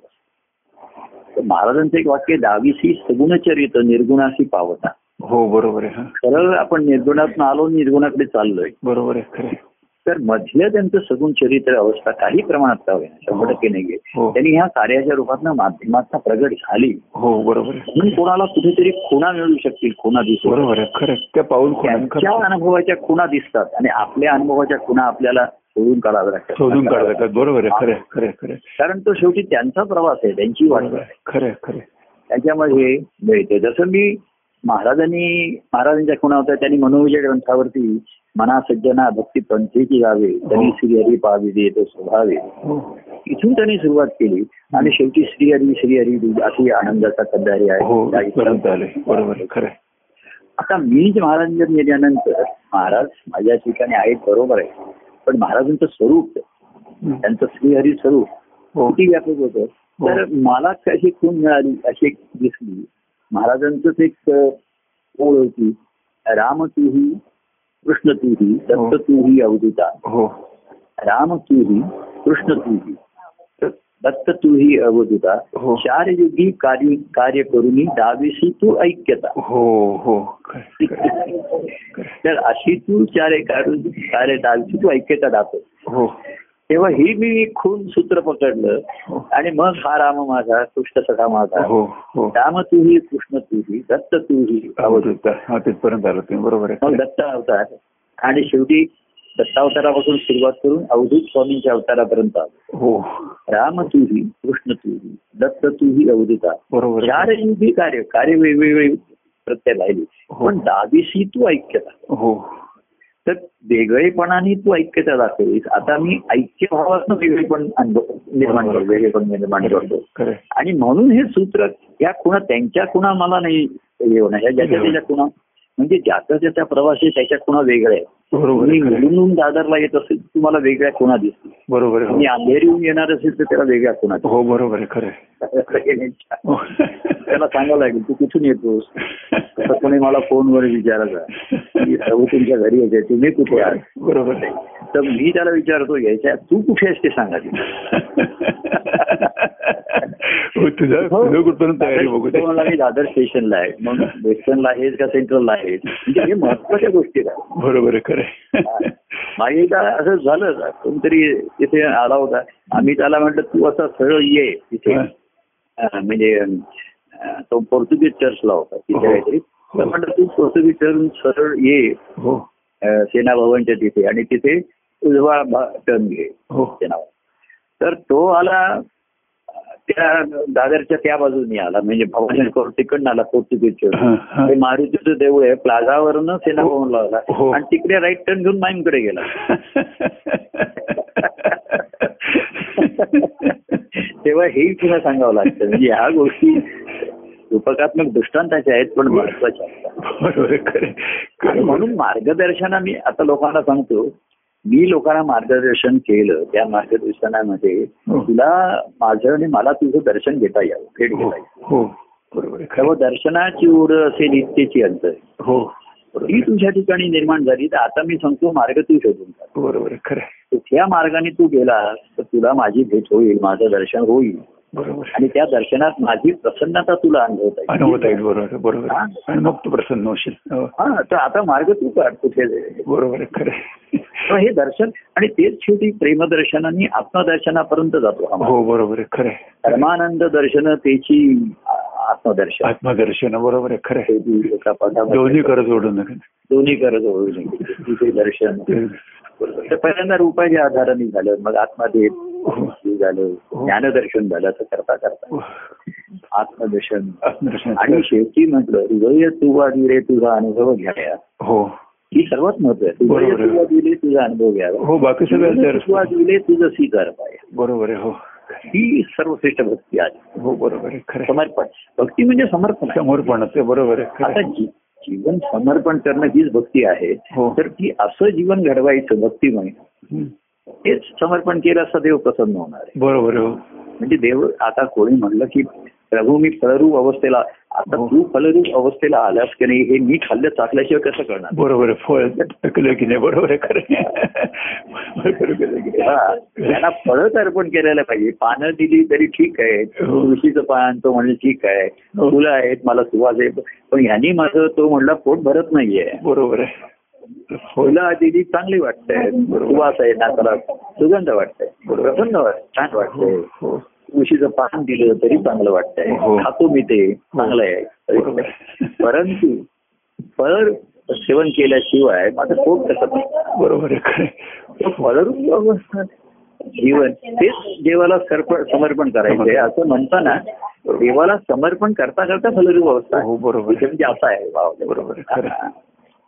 Speaker 1: तर महाराजांचं एक वाक्य दावीसी सगुणचरित निर्गुणाशी पावता
Speaker 2: हो बरोबर आहे हा
Speaker 1: खरं आपण निर्गुणातून आलो निर्गुणाकडे चाललोय
Speaker 2: बरोबर आहे खरं आहे.
Speaker 1: तर मधलं त्यांचं सगुण चरित्र अवस्था काही प्रमाणात का होईना शंभर टक्के नाही
Speaker 2: हो.
Speaker 1: त्यांनी ह्या कार्याच्या रूपातनं माध्यमातनं प्रगट झाली
Speaker 2: हो बरोबर आहे
Speaker 1: म्हणून कोणाला कुठेतरी खुणा मिळू शकतील खुणा दिसू
Speaker 2: बरोबर आहे खरं आहे. त्या पाऊल खोडून
Speaker 1: त्यांच्या अनुभवाच्या खुणा दिसतात आणि आपल्या अनुभवाच्या खुणा आपल्याला शोधून काढाव्या लागतात
Speaker 2: शोधून काढा लागतात बरोबर आहे खरं आहे, खरं आहे, खरं आहे.
Speaker 1: कारण तो शेवटी त्यांचा प्रवास आहे त्यांची वाट
Speaker 2: बरोबर आहे खरं आहे, खरं आहे.
Speaker 1: त्याच्यामध्ये हे मिळते जसं मी महाराजांनी महाराजांच्या खुणा होत्या त्यांनी मनोविजय ग्रंथावरती मना सज्जना भक्ती पंथीची गावे त्यांनी श्री हरी पावी दे तो स्वभावे
Speaker 2: हो
Speaker 1: इथून त्यांनी सुरुवात केली आणि शेवटी श्री हरी श्री हरी दे अशी आनंदाचा कदारी
Speaker 2: हो
Speaker 1: आहे
Speaker 2: इथपर्यंत आले बरोबर आहे खरं आहे.
Speaker 1: आता मी जे महाराजांच्या नेल्यानंतर महाराज माझ्या ठिकाणी आहेत बरोबर आहे पण महाराजांचं स्वरूप
Speaker 2: हं.
Speaker 1: त्यांचं श्रीहरी स्वरूप
Speaker 2: हो
Speaker 1: किती व्यापक होतं तर मला अशी खून मिळाली अशी एक दिसली महाराजांचंच एक अ, ओळ होती राम तू ही कृष्ण तू ही दत्त तू ही अवधूता
Speaker 2: हो
Speaker 1: राम तू ही कृष्ण तू ही दत्त तू ही अवधूता
Speaker 2: हो.
Speaker 1: चारयुगी कार्य कार्य करून दाविशी तू ऐक्यता
Speaker 2: हो हो खरं आहे, खरं आहे.
Speaker 1: तर अशी तू चारे काढून चारे डालची तू ऐक्यता दाखव
Speaker 2: हो
Speaker 1: तेव्हा ही मी खून सूत्र पकडलं
Speaker 2: हो.
Speaker 1: आणि मग हा राम माझा कृष्ण सखा माझा
Speaker 2: हो हो
Speaker 1: राम तुही कृष्ण तुही दत्त तुही अवधूत
Speaker 2: अवधूत हा तिथपर्यंत आलो तुम्ही बरोबर आहे
Speaker 1: मग दत्त अवतार आणि शेवटी दत्तावतारापासून सुरुवात करून अवधूत स्वामींच्या अवतारापर्यंत आलो
Speaker 2: हो
Speaker 1: राम तुही कृष्ण तुही दत्त तुही अवधूता
Speaker 2: बरोबर आहे.
Speaker 1: चार युगी कार्य कार्य वेगवेगळी प्रत्यय राहिली
Speaker 2: हो.
Speaker 1: पण दावीशी तू ऐक्यता
Speaker 2: हो
Speaker 1: तर वेगळेपणाने तू ऐक्यता दाखवलीस आता मी ऐक्य भावातनं वेगळेपण अनुभव निर्माण करतो वेगळेपण निर्माण करतो
Speaker 2: खरं आहे.
Speaker 1: आणि म्हणून हे सूत्र या खुणा त्यांच्या खुणा मला नाही हे होणार ह्या ज्याच्या त्याच्या खुणा म्हणजे ज्याचा त्याचा प्रवास आहे त्याच्या खुणा वेगळ्या आहेत
Speaker 2: बरोबर
Speaker 1: तुम्ही
Speaker 2: आहे, हो, खरं आहे.
Speaker 1: मुलुंडून दादरला येत असेल तर तुम्हाला वेगळ्या खुणा दिसतील
Speaker 2: बरोबर आहे
Speaker 1: तुम्ही अंधेरीहून येणार असेल तर त्याला वेगळ्या खुणा
Speaker 2: हो. हो बरोबर आहे खरं आहे.
Speaker 1: दिसतील
Speaker 2: हो.
Speaker 1: त्याला सांगावं लागेल तू कुठून येतोस तर कोणी मला फोनवर विचारायचा मी प्रभू तुमच्या घरी यायचे तुम्ही कुठे आहात
Speaker 2: बरोबर आहे.
Speaker 1: तर मी त्याला विचारतो यायच्या तू कुठे आहेस ते सांगा ते.
Speaker 2: हो तुझा तुझं कुठपर्यंत आहे बघू
Speaker 1: तो म्हणाला, मी
Speaker 2: ते.
Speaker 1: दादर स्टेशनला आहे मग वेस्टर्नला आहेस का सेंट्रलला आहेस म्हणजे हे महत्वाच्या गोष्टी आहेत
Speaker 2: बरोबर आहे खरं आहे.
Speaker 1: मागे एकदा असं झालं कोणतरी तिथे आला होता आम्ही त्याला म्हटलं तू असा सरळ ये तिथे
Speaker 2: हा.
Speaker 1: अं, म्हणजे अं, तो पोर्तुगीज चर्चला होता तिथे
Speaker 2: हो.
Speaker 1: काहीतरी तर
Speaker 2: हो.
Speaker 1: म्हटलं तू पोर्तुगीज चर्च सरळ ये
Speaker 2: हो
Speaker 1: अं, सेना भवनच्या तिथे आणि तिथे उजवा भा- टर्न घे
Speaker 2: हो
Speaker 1: नाव तर तो आला त्या दादरच्या त्या बाजूने आला म्हणजे भवानी कोर्ट तिकडनं आला पोर्तुगीज चर्च
Speaker 2: हा, हा.
Speaker 1: ते मारुतीचं देऊळ आहे प्लाझावरनं सेना भवनला
Speaker 2: हो.
Speaker 1: आला आणि तिकडे राईट टर्न घेऊन माईमकडे गेला तेव्हा हे तुला सांगावं लागतं म्हणजे ह्या गोष्टी रूपकात्मक दृष्टांताच्या आहेत पण
Speaker 2: हो.
Speaker 1: महत्वाच्या आहेत
Speaker 2: बरोबर आहे, खरं आहे. खरं
Speaker 1: आणि
Speaker 2: आहे.
Speaker 1: म्हणून मार्गदर्शन मी आता लोकांना सांगतो मी लोकांना मार्गदर्शन केलं त्या मार्गदर्शनामध्ये
Speaker 2: हो.
Speaker 1: तुला माझं आणि मला तुझं दर्शन घेता यावं भेट
Speaker 2: हो
Speaker 1: घेता यावं
Speaker 2: हो बरोबर आहे, खरं
Speaker 1: तेव्हा दर्शनाची ओढ असे नित्यची अंतर
Speaker 2: आहे. हो
Speaker 1: ही तुझ्या ठिकाणी निर्माण झाली तर आता मी सांगतो मार्ग तू शोधून काढ
Speaker 2: बरोबर आहे, खरं आहे.
Speaker 1: तर त्या मार्गाने तू गेलास तर तुला माझी भेट होईल माझं दर्शन होईल
Speaker 2: बरोबर आहे.
Speaker 1: आणि त्या दर्शनात माझी प्रसन्नता तुला अनुभवता
Speaker 2: अनुभवता येईल बरोबर आहे, बरोबर आहे. आणि मग तू प्रसन्न होशील हो.
Speaker 1: हा तर आता मार्ग तू काढ कुठे जायचं.
Speaker 2: बरोबर आहे, खरं आहे.
Speaker 1: तर हे दर्शन आणि तेच शेवटी प्रेमदर्शनाने आत्मदर्शनापर्यंत जातो हा मार्ग.
Speaker 2: हो बरोबर आहे खरं आहे.
Speaker 1: धर्मानंद दर्शन तेची आ- आत्मदर्शन
Speaker 2: आत्मदर्शन बरोबर आहे खरं आहे.
Speaker 1: शेवटी एका पाठामध्ये
Speaker 2: दोन्ही कर जोडून नका.
Speaker 1: दोन्ही गरज होऊ नये. तिथे दर्शन तर पहिल्यांदा रुपयाच्या आधाराने झालं मग आत्मदेव
Speaker 2: हो.
Speaker 1: हे झालं ज्ञानदर्शन झालं असं करता करता आत्मदर्शन
Speaker 2: आत्मदर्शन
Speaker 1: आणि शेवटी म्हटलं हृदय तुवा दिले तुझा अनुभव घ्याया
Speaker 2: हो
Speaker 1: ही सर्वात महत्वाची हृदय
Speaker 2: बरोबर.
Speaker 1: तुवा दिले तुझा अनुभव घ्यावा
Speaker 2: हो बाकी सगळं
Speaker 1: हृदय
Speaker 2: तर
Speaker 1: तुवा दिले तुझं स्वीकार पाहिजे
Speaker 2: बरोबर आहे हो
Speaker 1: ही सर्वश्रेष्ठ भक्ती आहे
Speaker 2: हो बरोबर आहे खरं आहे.
Speaker 1: समर्पण भक्ती म्हणजे समर्पण आहे.
Speaker 2: समर्पण आहे, ते बरोबर आहे खरं
Speaker 1: आता
Speaker 2: आहे.
Speaker 1: जी- जीवन समर्पण करणं हीच भक्ती आहे
Speaker 2: हो.
Speaker 1: तर ती असं जीवन घडवायचं भक्तीमय
Speaker 2: हं.
Speaker 1: तेच समर्पण केलं असता देव प्रसन्न होणार आहे
Speaker 2: बरोबर आहे हो
Speaker 1: म्हणजे देव आता कोणी म्हणलं की प्रभू मी फलरूप अवस्थेला आता
Speaker 2: हो.
Speaker 1: तू फलरूप अवस्थेला आलास की नाही हे मी खाल्लं चाकल्याशिवाय कसं करणार
Speaker 2: बरोबर आहे फळ पिकलं की नाही बरोबर आहे खरं आहे. बरोबर आहे, खरं आहे.
Speaker 1: तेव्हा त्यांना फळच अर्पण केलेलं पाहिजे पानं दिली तरी ठीक आहे
Speaker 2: हो.
Speaker 1: तुळशीचं पान तो म्हणलं ठीक आहे
Speaker 2: हो. हो.
Speaker 1: फुलं आहेत मला सुवास आहे पण ह्यांनी माझं तो म्हणला पोट भरत नाहीये
Speaker 2: बरोबर आहे हो. होईल
Speaker 1: फुलं दिली चांगली वाटते सुवास आहे नाकाला सुगंध वाटते प्रसन्न वाट छान वाटते
Speaker 2: हो
Speaker 1: तुळशीचं पान दिलं तरी चांगलं वाटतंय
Speaker 2: हो.
Speaker 1: खातो मी ते चांगलं आहे
Speaker 2: बरोबर.
Speaker 1: परंतु फळ सेवन केल्याशिवाय माझं पोट कसं
Speaker 2: बरोबर आहे खरं आहे.
Speaker 1: फळरूपी अवस्था जीवन तेच देवाला सर्प- समर्पण करायचंय असं म्हणताना देवाला समर्पण करता करता फलरूप अवस्था आहे.
Speaker 2: हो बरोबर
Speaker 1: म्हणजे
Speaker 2: आहे.
Speaker 1: म्हणजे असा आहे भाव
Speaker 2: बरोबर आहे. खरं आहे.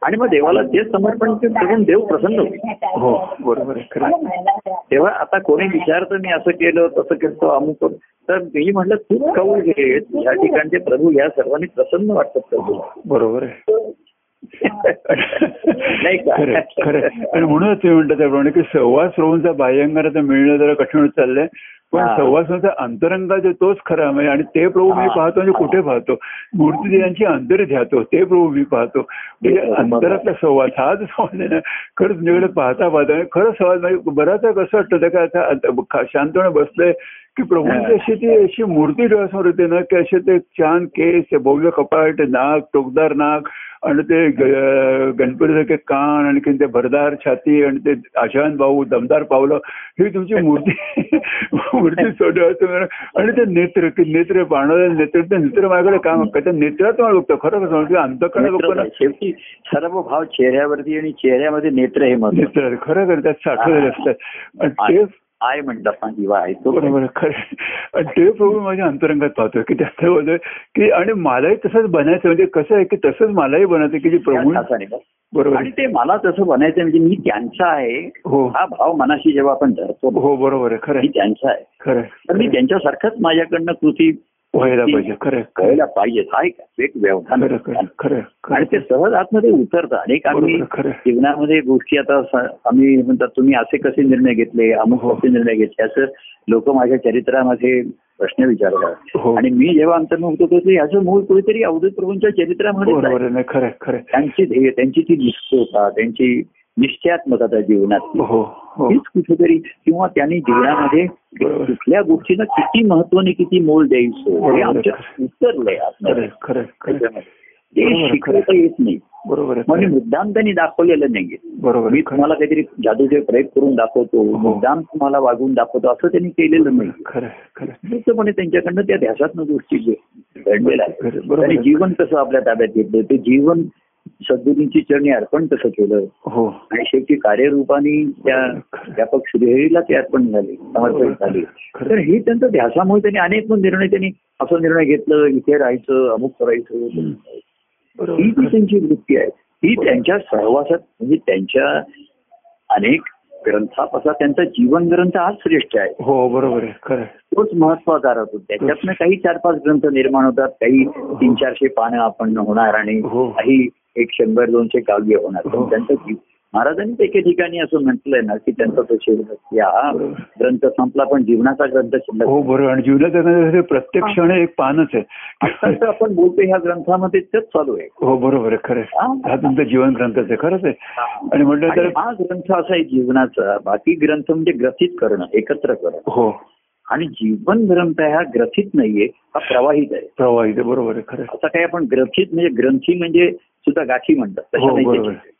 Speaker 1: आणि मग देवाला जे समर्पण ते करून देव प्रसन्न होईल
Speaker 2: हो बरोबर आहे खरं आहे.
Speaker 1: तेव्हा आता कोणी विचारतं मी असं केलं तसं करतो अमुक करतो. तर मी म्हटलं तूच कौल घे या ठिकाणचे प्रभू या सर्वांनी प्रसन्न वाटतात प्रभू
Speaker 2: बरोबर आहे
Speaker 1: नाही का
Speaker 2: खरं आहे, खरं आहे. आणि म्हणूनच ते म्हणतात त्याप्रमाणे की सहवास रोहनचा बाह्यंगाला तर मिळणं जरा कठीण होत चाललंय पण
Speaker 1: हा.
Speaker 2: सहवासाचा अंतरंगा जो तोच खरा म्हणजे आणि ते प्रभू मी
Speaker 1: हा.
Speaker 2: पाहतो म्हणजे कुठे पाहतो मूर्ती यांची अंतर ध्यातो ते प्रभू मी पाहतो म्हणजे
Speaker 1: बरोबर.
Speaker 2: अंतरातला सहवास हा जो सहवास आहे ना खरंच निवड पाहता पाहता आणि खरं सहवास म्हणजे बराच वेळ कसं वाटतं का आता आता खा- शांतपणे बसलंय की प्रभूंची अशी ती अशी मूर्ती डोळ्यासमोर येते ना की असे ते छान केस ते भव्य कपाट नाक टोकदार नाक आणि ते ग- गणपतीसारखे कान आणखी ते भरदार छाती आणि ते आशान भाऊ दमदार पावलं ही तुमची मूर्ती मूर्ती सोडवायचं आणि ते नेत्र की नेत्र पाहणारे नेत्र ते नेत्र माझ्याकडे काम त्या नेत्रात मला बघतो खरं कसं अंतकडे बघतो ना
Speaker 1: मित्रांनो, शेवटी सर्व भाव चेहऱ्यावरती आणि चेहऱ्यामध्ये नेत्र हे मत
Speaker 2: नेत्र खरं खरं त्यात साठवलेले असतात आणि ते
Speaker 1: आय म्हणतात ना दिवा आहे तो
Speaker 2: बरोबर आहे, खरं आहे. आणि ते प्रभू माझ्या अंतरंगात पाहतोय की त्यात बोलतोय की आणि मलाही तसंच बनायचं म्हणजे कसं आहे की तसंच मलाही बनायचं की जे प्रभू
Speaker 1: असा नाही का?
Speaker 2: बरोबर
Speaker 1: आणि
Speaker 2: आहे.
Speaker 1: ते मला तसं बनायचं म्हणजे मी त्यांचा आहे
Speaker 2: हो
Speaker 1: हा भाव मनाशी जेव्हा आपण धरतो
Speaker 2: हो बरोबर आहे खरं
Speaker 1: मी
Speaker 2: आहे,
Speaker 1: त्यांचा आहे
Speaker 2: खरं आहे,
Speaker 1: तर मी
Speaker 2: खरं आहे.
Speaker 1: त्यांच्यासारखंच माझ्याकडनं कृती
Speaker 2: व्हायला पाहिजे खरं आहे, खरं आहे.
Speaker 1: कळायला पाहिजे हा एक एक व्यवधान
Speaker 2: खरं खरं खरं खरं
Speaker 1: आणि ते सहज आतमध्ये उतरतं अनेक आम्ही
Speaker 2: बरोबर, खरं.
Speaker 1: जीवनामध्ये गोष्टी आता स- आम्ही म्हणतात तुम्ही असे कसे निर्णय घेतले अमुक
Speaker 2: हो.
Speaker 1: कसे निर्णय घेतले असं लोक माझ्या चरित्रामध्ये प्रश्न
Speaker 2: हो.
Speaker 1: विचारतात आणि मी जेव्हा अंतर्मुक्त होतो ते ह्याचं मूळ कुठेतरी अवधूत प्रभूंच्या चरित्रामध्ये
Speaker 2: बरोबर आहे नाही खरं आहे, खरं आहे. हो.
Speaker 1: त्यांची ध्येय त्यांची ती निष्ठता त्यांची निश्चयात्मकता त्या जीवनात
Speaker 2: हो हो
Speaker 1: हीच कुठेतरी किंवा त्यांनी जीवनामध्ये
Speaker 2: बरोबर.
Speaker 1: कुठल्या गोष्टीला किती महत्व आणि किती मोल द्यायचं हे
Speaker 2: बरोबर.
Speaker 1: आमच्या उतरलंय
Speaker 2: खरं
Speaker 1: आतमध्ये.
Speaker 2: आहे, खरं आहे, खरं आहे.
Speaker 1: त्याच्यामध्ये. ते शिकवता येत नाही
Speaker 2: बरोबर आहे खरं
Speaker 1: म्हणून
Speaker 2: आहे.
Speaker 1: मुद्दाम त्यांनी दाखवलेलं नाहीये
Speaker 2: बरोबर आहे,
Speaker 1: म्हणजे- मी
Speaker 2: खरं आहे.
Speaker 1: तुम्हाला काहीतरी जादूचे प्रयोग करून दाखवतो
Speaker 2: हो.
Speaker 1: मुद्दाम तुम्हाला वागून दाखवतो असं त्यांनी केलेलं नाही
Speaker 2: खरं आहे, खरं आहे.
Speaker 1: निश्चितपणे त्यांच्याकडनं त्या ध्यासातनं गोष्टी घे- घडलेल्या आहेत
Speaker 2: बरोबर आहे.
Speaker 1: आणि जीवन कसं आपल्या ताब्यात घेतलं ते जीवन सद्गुरूंची चरणी अर्पण कसं केलं
Speaker 2: हो
Speaker 1: आणि शेवटी कार्यरूपाने त्या व्यापक श्रीहरीला ते अर्पण झाले समर्पित झाले तर हे त्यांचं ध्यासामुळे त्यांनी अनेक निर्णय त्यांनी असा निर्णय घेतलं इथे राहायचं अमुक करायचं
Speaker 2: बरोबर
Speaker 1: ही
Speaker 2: आहे,
Speaker 1: जी त्यांची वृत्ती आहे ही त्यांच्या सहवासात म्हणजे त्यांच्या अनेक ग्रंथापासून त्यांचा जीवन ग्रंथ हाच श्रेष्ठ आहे
Speaker 2: खरं. हो बरोबर आहे खरं आहे.
Speaker 1: तोच महत्वाचा राहतो त्याच्यातनं काही चार पाच ग्रंथ निर्माण होतात काही तीन चारशे पानं आपण होणार आणि
Speaker 2: हो.
Speaker 1: काही एक शंभर दोनशे काव्य होणार पण
Speaker 2: हो.
Speaker 1: त्यांचं जी- महाराजांनी एके ठिकाणी असं म्हटलंय ना की त्यांचा तो शिल्लक या
Speaker 2: बरोबर.
Speaker 1: ग्रंथ संपला पण जीवनाचा ग्रंथ शिल्लक
Speaker 2: हो बरोबर आणि जीवनात जगण्यासाठी प्रत्येक क्षण हे एक पानच आहे
Speaker 1: आत्ताच आपण बोलतो ह्या ग्रंथामध्ये तेच चालू आहे
Speaker 2: हो बरोबर आहे खरं आहे. हा तुमचा जीवन ग्रंथच आहे खरंच आहे आणि म्हटलं तर
Speaker 1: आणि हा ग्रंथ असा आहे जीवनाचा बाकी ग्रंथ म्हणजे ग्रथित करणं एकत्र करणं
Speaker 2: हो
Speaker 1: आणि जीवन ग्रंथ हा ग्रथित नाहीये हा प्रवाहित आहे
Speaker 2: प्रवाहित आहे, बरोबर आहे खरं आहे.
Speaker 1: असं काही आपण ग्रथित म्हणजे ग्रंथी म्हणजे सुद्धा गाठी म्हणतात तशा
Speaker 2: हो
Speaker 1: नाही
Speaker 2: बरोबर
Speaker 1: त्याची.
Speaker 2: आहे.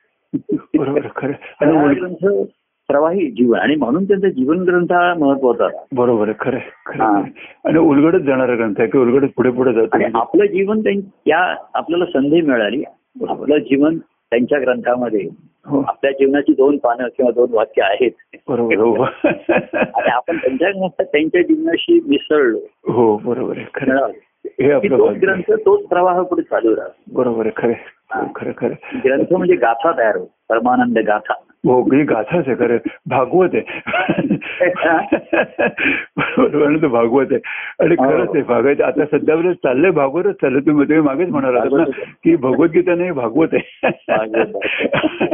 Speaker 2: बरोबर आहे, खरं आहे.
Speaker 1: तर
Speaker 2: आणि
Speaker 1: हा
Speaker 2: ओळख-
Speaker 1: ग्रंथ प्रवाही जीवन आणि म्हणून त्यांचा जीवन ग्रंथ हा महत्वाचा आहे.
Speaker 2: बरोबर आहे खरं आहे, खरं
Speaker 1: हा.
Speaker 2: आहे. आणि उलगडत जाणारा ग्रंथ आहे की उलगडत पुढे पुढे
Speaker 1: आणि
Speaker 2: जातो
Speaker 1: आपलं जीवन त्यां- त्या आपल्याला संधी मिळाली
Speaker 2: बरोबर.
Speaker 1: आपलं जीवन त्यांच्या ग्रंथामध्ये
Speaker 2: हो
Speaker 1: आपल्या जीवनाची दोन पानं किंवा दोन वाक्य आहेत
Speaker 2: बरोबर हो
Speaker 1: आणि आपण त्यांच्या ग्रंथात त्यांच्या जीवनाशी मिसळलो
Speaker 2: हो बरोबर आहे खरं आहे.
Speaker 1: मिळालो
Speaker 2: हे
Speaker 1: की
Speaker 2: आपलं
Speaker 1: तोच
Speaker 2: भाग्य आहे.
Speaker 1: ग्रंथ तोच प्रवाह पुढे चालू राहतो
Speaker 2: बरोबर आहे खरं आहे. खरं खरं आहे.
Speaker 1: ग्रंथ म्हणजे गाथा तयार होत परमानंद गाथा
Speaker 2: हो ही गाथाच आहे खरं भागवत आहे बरोबर आणि ते भागवत आहे आणि
Speaker 1: हो.
Speaker 2: खरंच आहे भागवत आता सध्या बरं चाललंय भागवतच चाललंय तुम्ही तुम्ही मागेच म्हणाल आहात ना
Speaker 1: भागवतच.
Speaker 2: की भगवद्गीता नाही भागवत
Speaker 1: भागवत
Speaker 2: आहे
Speaker 1: आहे.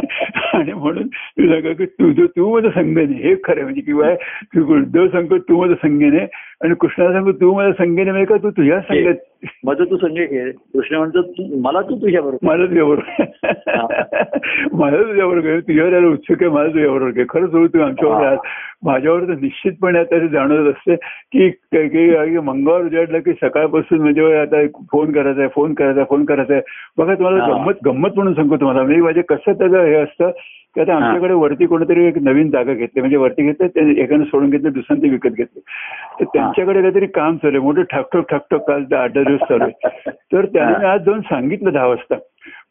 Speaker 2: आणि म्हणून तुला काय की तुझं तू माझं संगने हे खरं आहे. म्हणजे किंवा तू गुरुदेव सांगतो तू माझं संगने आणि कृष्णाला सांगतो तू माझ्या संगने म्हणजे का तू तुझ्या संगत
Speaker 1: मग तू संजय घे कृष्ण म्हणतो तू- मला तू तुझ्या बरोबर
Speaker 2: मला तुझ्याबरोबर
Speaker 1: हा.
Speaker 2: म्हणजे मला तुझ्याबरोबर तुझ्यावर यायला उत्सुक आहे मला तुझ्याबरोबर आहे खरंच हो, तू आमच्याबरोबर आहात माझ्यावर तर निश्चितपणे आता ते जाणवत असते की की- की मंगळवार उजाडलं की सकाळपासून म्हणजे आता फोन करायचा आहे फोन करायचा आहे फोन करायचा आहे बघा तुम्हाला
Speaker 1: हा.
Speaker 2: गंमत गंमत म्हणून सांगतो तुम्हाला म्हणजे माझे कसं त्याचं हे असतं की आता
Speaker 1: हा.
Speaker 2: आमच्याकडे वरती कोणीतरी एक नवीन जागा घेतली म्हणजे वरती घेतली ते एकाने सोडून घेतली दुसऱ्याने ते विकत घेतली तर त्यांच्याकडे काहीतरी काम चालू आहे मोठं ठाकठोक ठाकठोक काल दहा- आठ दहा दिवस चालू आहे तर त्याने मी आज जाऊन सांगितलं दहा वाजता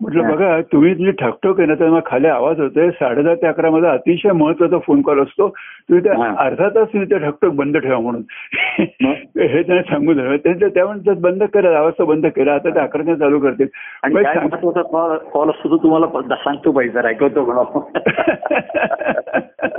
Speaker 2: म्हटलं
Speaker 1: हा.
Speaker 2: बघा तुम्ही जे ठाकठोक आहे ना तर मग खाली आवाज होतोय साडेदहा ते अकरा माझा अतिशय महत्वाचा फोन कॉल असतो तुम्ही त्या
Speaker 1: हा.
Speaker 2: अर्धा तास तुम्ही त्या ठाकठोक बंद ठेवा म्हणून
Speaker 1: मग?
Speaker 2: हे त्यांना सांगू झालं त्यांचं त्या म्हणतात बंद करा आवाज तर बंद केला आता ते अकरा तास चालू करतील
Speaker 1: आणि
Speaker 2: मग
Speaker 1: काय
Speaker 2: सांग-
Speaker 1: महत्वाचा कॉल कॉल असतो तो तुम्हाला प- सांगतो बाई जरा ऐकवतो म्हणून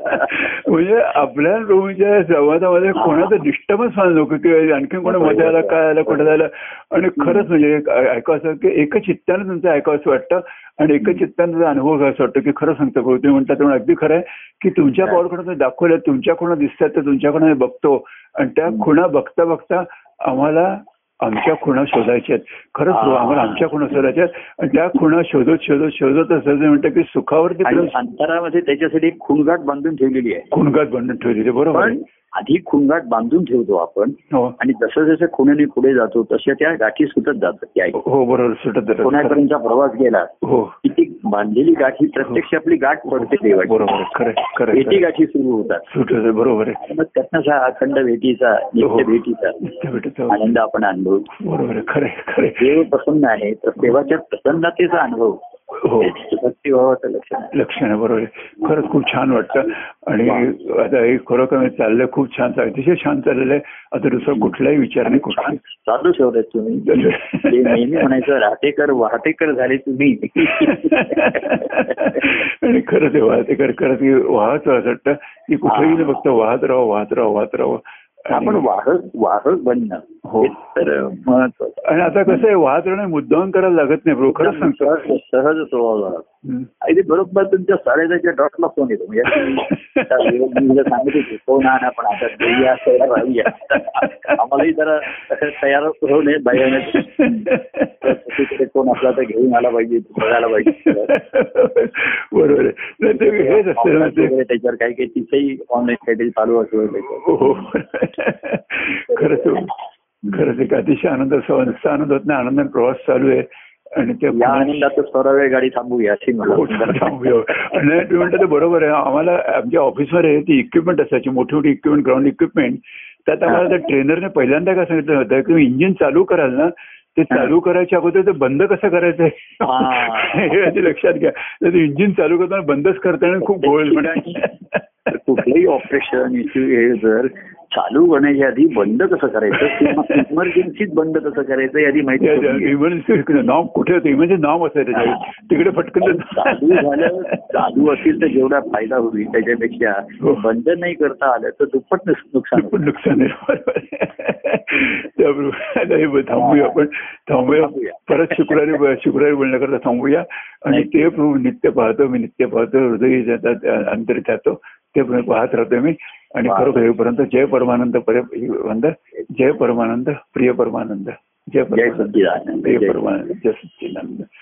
Speaker 2: म्हणजे आपल्या रोमच्या संवादामध्ये कोणाचं डिस्टर्बन्स व्हायला नको किंवा आणखी कोणा मध्ये आला काय आला कुठे झालं आणि खरंच म्हणजे एक ऐ- ऐकावं असं की एकच चित्तानं तुमचं ऐकावं असं वाटतं आणि एकच चित्तानं तुझा अनुभव घ्यावा असं वाटतं की खरं सांगतो भाऊ तुम्ही म्हणता तेव्हा अगदी खरं आहे की तुमच्या पावडकडून दाखवलं तुमच्या खुणा दिसतात तर तुमच्याकडून हे बघतो आणि त्या खुणा बघता बघता आम्हाला आमच्या खुणा शोधायच्या आहेत खरंच भाऊ, आम्हाला आमच्या खुणा शोधायच्या आहेत आणि त्या खुणा शोधत शोधत शोधत असं म्हणतं की सुखावरती
Speaker 1: आणि
Speaker 2: प्रेम
Speaker 1: अंतरामध्ये त्याच्यासाठी एक खुणगाट बांधून ठेवलेली आहे
Speaker 2: खुणगात बांधून ठेवली ते बरोबर आहे.
Speaker 1: पण आधी खुणगाट बांधून ठेवतो आपण
Speaker 2: हो
Speaker 1: आणि जसं जसं खुणेने पुढे जातो तशा त्या गाठी सुटत जातात त्या
Speaker 2: हो बरोबर सुटत जातं.
Speaker 1: पुण्यापर्यंतचा प्रवास गेला
Speaker 2: हो
Speaker 1: की ती बांधलेली गाठी प्रत्यक्ष आपली गाठ पडते देवाची
Speaker 2: बरोबर आहे. खरं आहे, खरं आहे,
Speaker 1: भेटी
Speaker 2: खरं आहे.
Speaker 1: गाठी सुरू होतात
Speaker 2: सुटत जातं, बरोबर आहे
Speaker 1: मग त्यातनं हा अखंड भेटीचा नित्य
Speaker 2: हो.
Speaker 1: भेटीचा
Speaker 2: इतकं भेटत जाऊ.
Speaker 1: आनंद आपण अनुभव
Speaker 2: बरोबर आहे खरं आहे, खरं आहे.
Speaker 1: देव प्रसन्न आहे तर देवाच्या प्रसन्नतेचा अनुभव
Speaker 2: हो
Speaker 1: भक्तिभावाचं लक्षण आहे
Speaker 2: लक्षण आहे, बरोबर आहे खरंच खूप छान वाटतं आणि आता हे खरोखर म्हणजे चाललंय खूप छान चाललंय. अतिशय छान चाललेलं आहे आता दुसरा कुठलाही विचार नाही कुठला
Speaker 1: साधू शौर्य तुम्ही ते नेहमी म्हणायचं राहतेकर वाहतेकर झाले तुम्ही
Speaker 2: आणि खरंच आहे वाहते खरं खरंच की वाहत राहत वाटतं की कुठेही न बघता वाहत राहावं वाहत राहावं वाहत राहावं
Speaker 1: आपण
Speaker 2: आणि-
Speaker 1: वाहक वाहक बनणं
Speaker 2: हो.
Speaker 1: हे तर महत्वाचं
Speaker 2: आणि आता कसं आहे वाहत राहणं मुद्दाम करायला लागत नाही ब्रो खरंच सांगतो
Speaker 1: सहज सहज स्वभाव झाला
Speaker 2: हं.
Speaker 1: अगदी बरोबर तुमच्या साडेदहाच्या डॉटला फोन येतो म्हणजे आता योग गुरुला सांगितलं की फोन आण आपण आता देऊया तयार राहूया आम्हालाही जरा तयार होणे बाहेर तिकडे कोण असला तर घेऊन आला पाहिजे बघायला पाहिजे
Speaker 2: बरोबर आहे नाही ते हेच असतं ना ते
Speaker 1: वगैरे त्याच्यावर काही काही तिचंही ऑनलाईन काहीतरी चालू असतो
Speaker 2: हो हो. खरंच आहे. खरंच एक अतिशय आनंद असा नुसता आनंद होत नाही आनंदाने प्रवास चालू आहे आणि त्या
Speaker 1: या आनंदातच थोडा वेळ गाडी थांबूया अशी मला
Speaker 2: हो, थांबूया. आणि तुम्ही म्हणता ते बरोबर आहे आम्हाला आमच्या ऑफिसमध्ये ती इक्विपमेंट असायची मोठी मोठी इक्विपमेंट ग्राउंड इक्विपमेंट त्यात आम्हाला त्या ट्रेनरने पहिल्यांदा काय सांगितलं होतं की तुम्ही इंजिन चालू कराल ना ते चालू करायच्या अगोदर ते बंद कसं करायचं
Speaker 1: हा.
Speaker 2: आहे हे आधी लक्षात घ्या तर ते इंजिन चालू करताना बंदच करताना खूप गोळ
Speaker 1: तर कुठलंही ऑपरेशन इश्यू हे जर चालू करण्याच्या आधी बंद कसं करायचं किंवा इमर्जन्सीत बंद कसं करायचं यादी माहिती करून घे.
Speaker 2: इमर्जन्सी नॉम कुठे होते इमर्जन्सी नॉम असायचं त्याच्यावर. तिकडे
Speaker 1: कारण
Speaker 2: पटकन
Speaker 1: चालू झालं चालू असेल तर जेवढा फायदा होईल त्याच्यापेक्षा
Speaker 2: हो.
Speaker 1: बंद नाही करता आलं तर दुप्पट नुस- नुकसान होईल.
Speaker 2: पण नुकसान आहे बरोबर आहे. त्याबरोबर आता हे ब- थांबूया आपण थांबूया
Speaker 1: थांबूया.
Speaker 2: परत शुक्रवारी ब- शुक्रवारी बोलण्याकरता थांबूया आणि ते प्रभू नित्य पाहतो मी नित्य पाहतो हृदय जातात अंतर जातो ते प्रभू पाहत राहतो मी आणि
Speaker 1: वा.
Speaker 2: खरोखर हेपर्यंत जय परमानंद परमानंद जय परमानंद प्रिय परमानंद
Speaker 1: जय
Speaker 2: जय परमानंद
Speaker 1: सच्चिदानंद
Speaker 2: प्रिय
Speaker 1: जय
Speaker 2: परमानंद जय सच्चिदानंद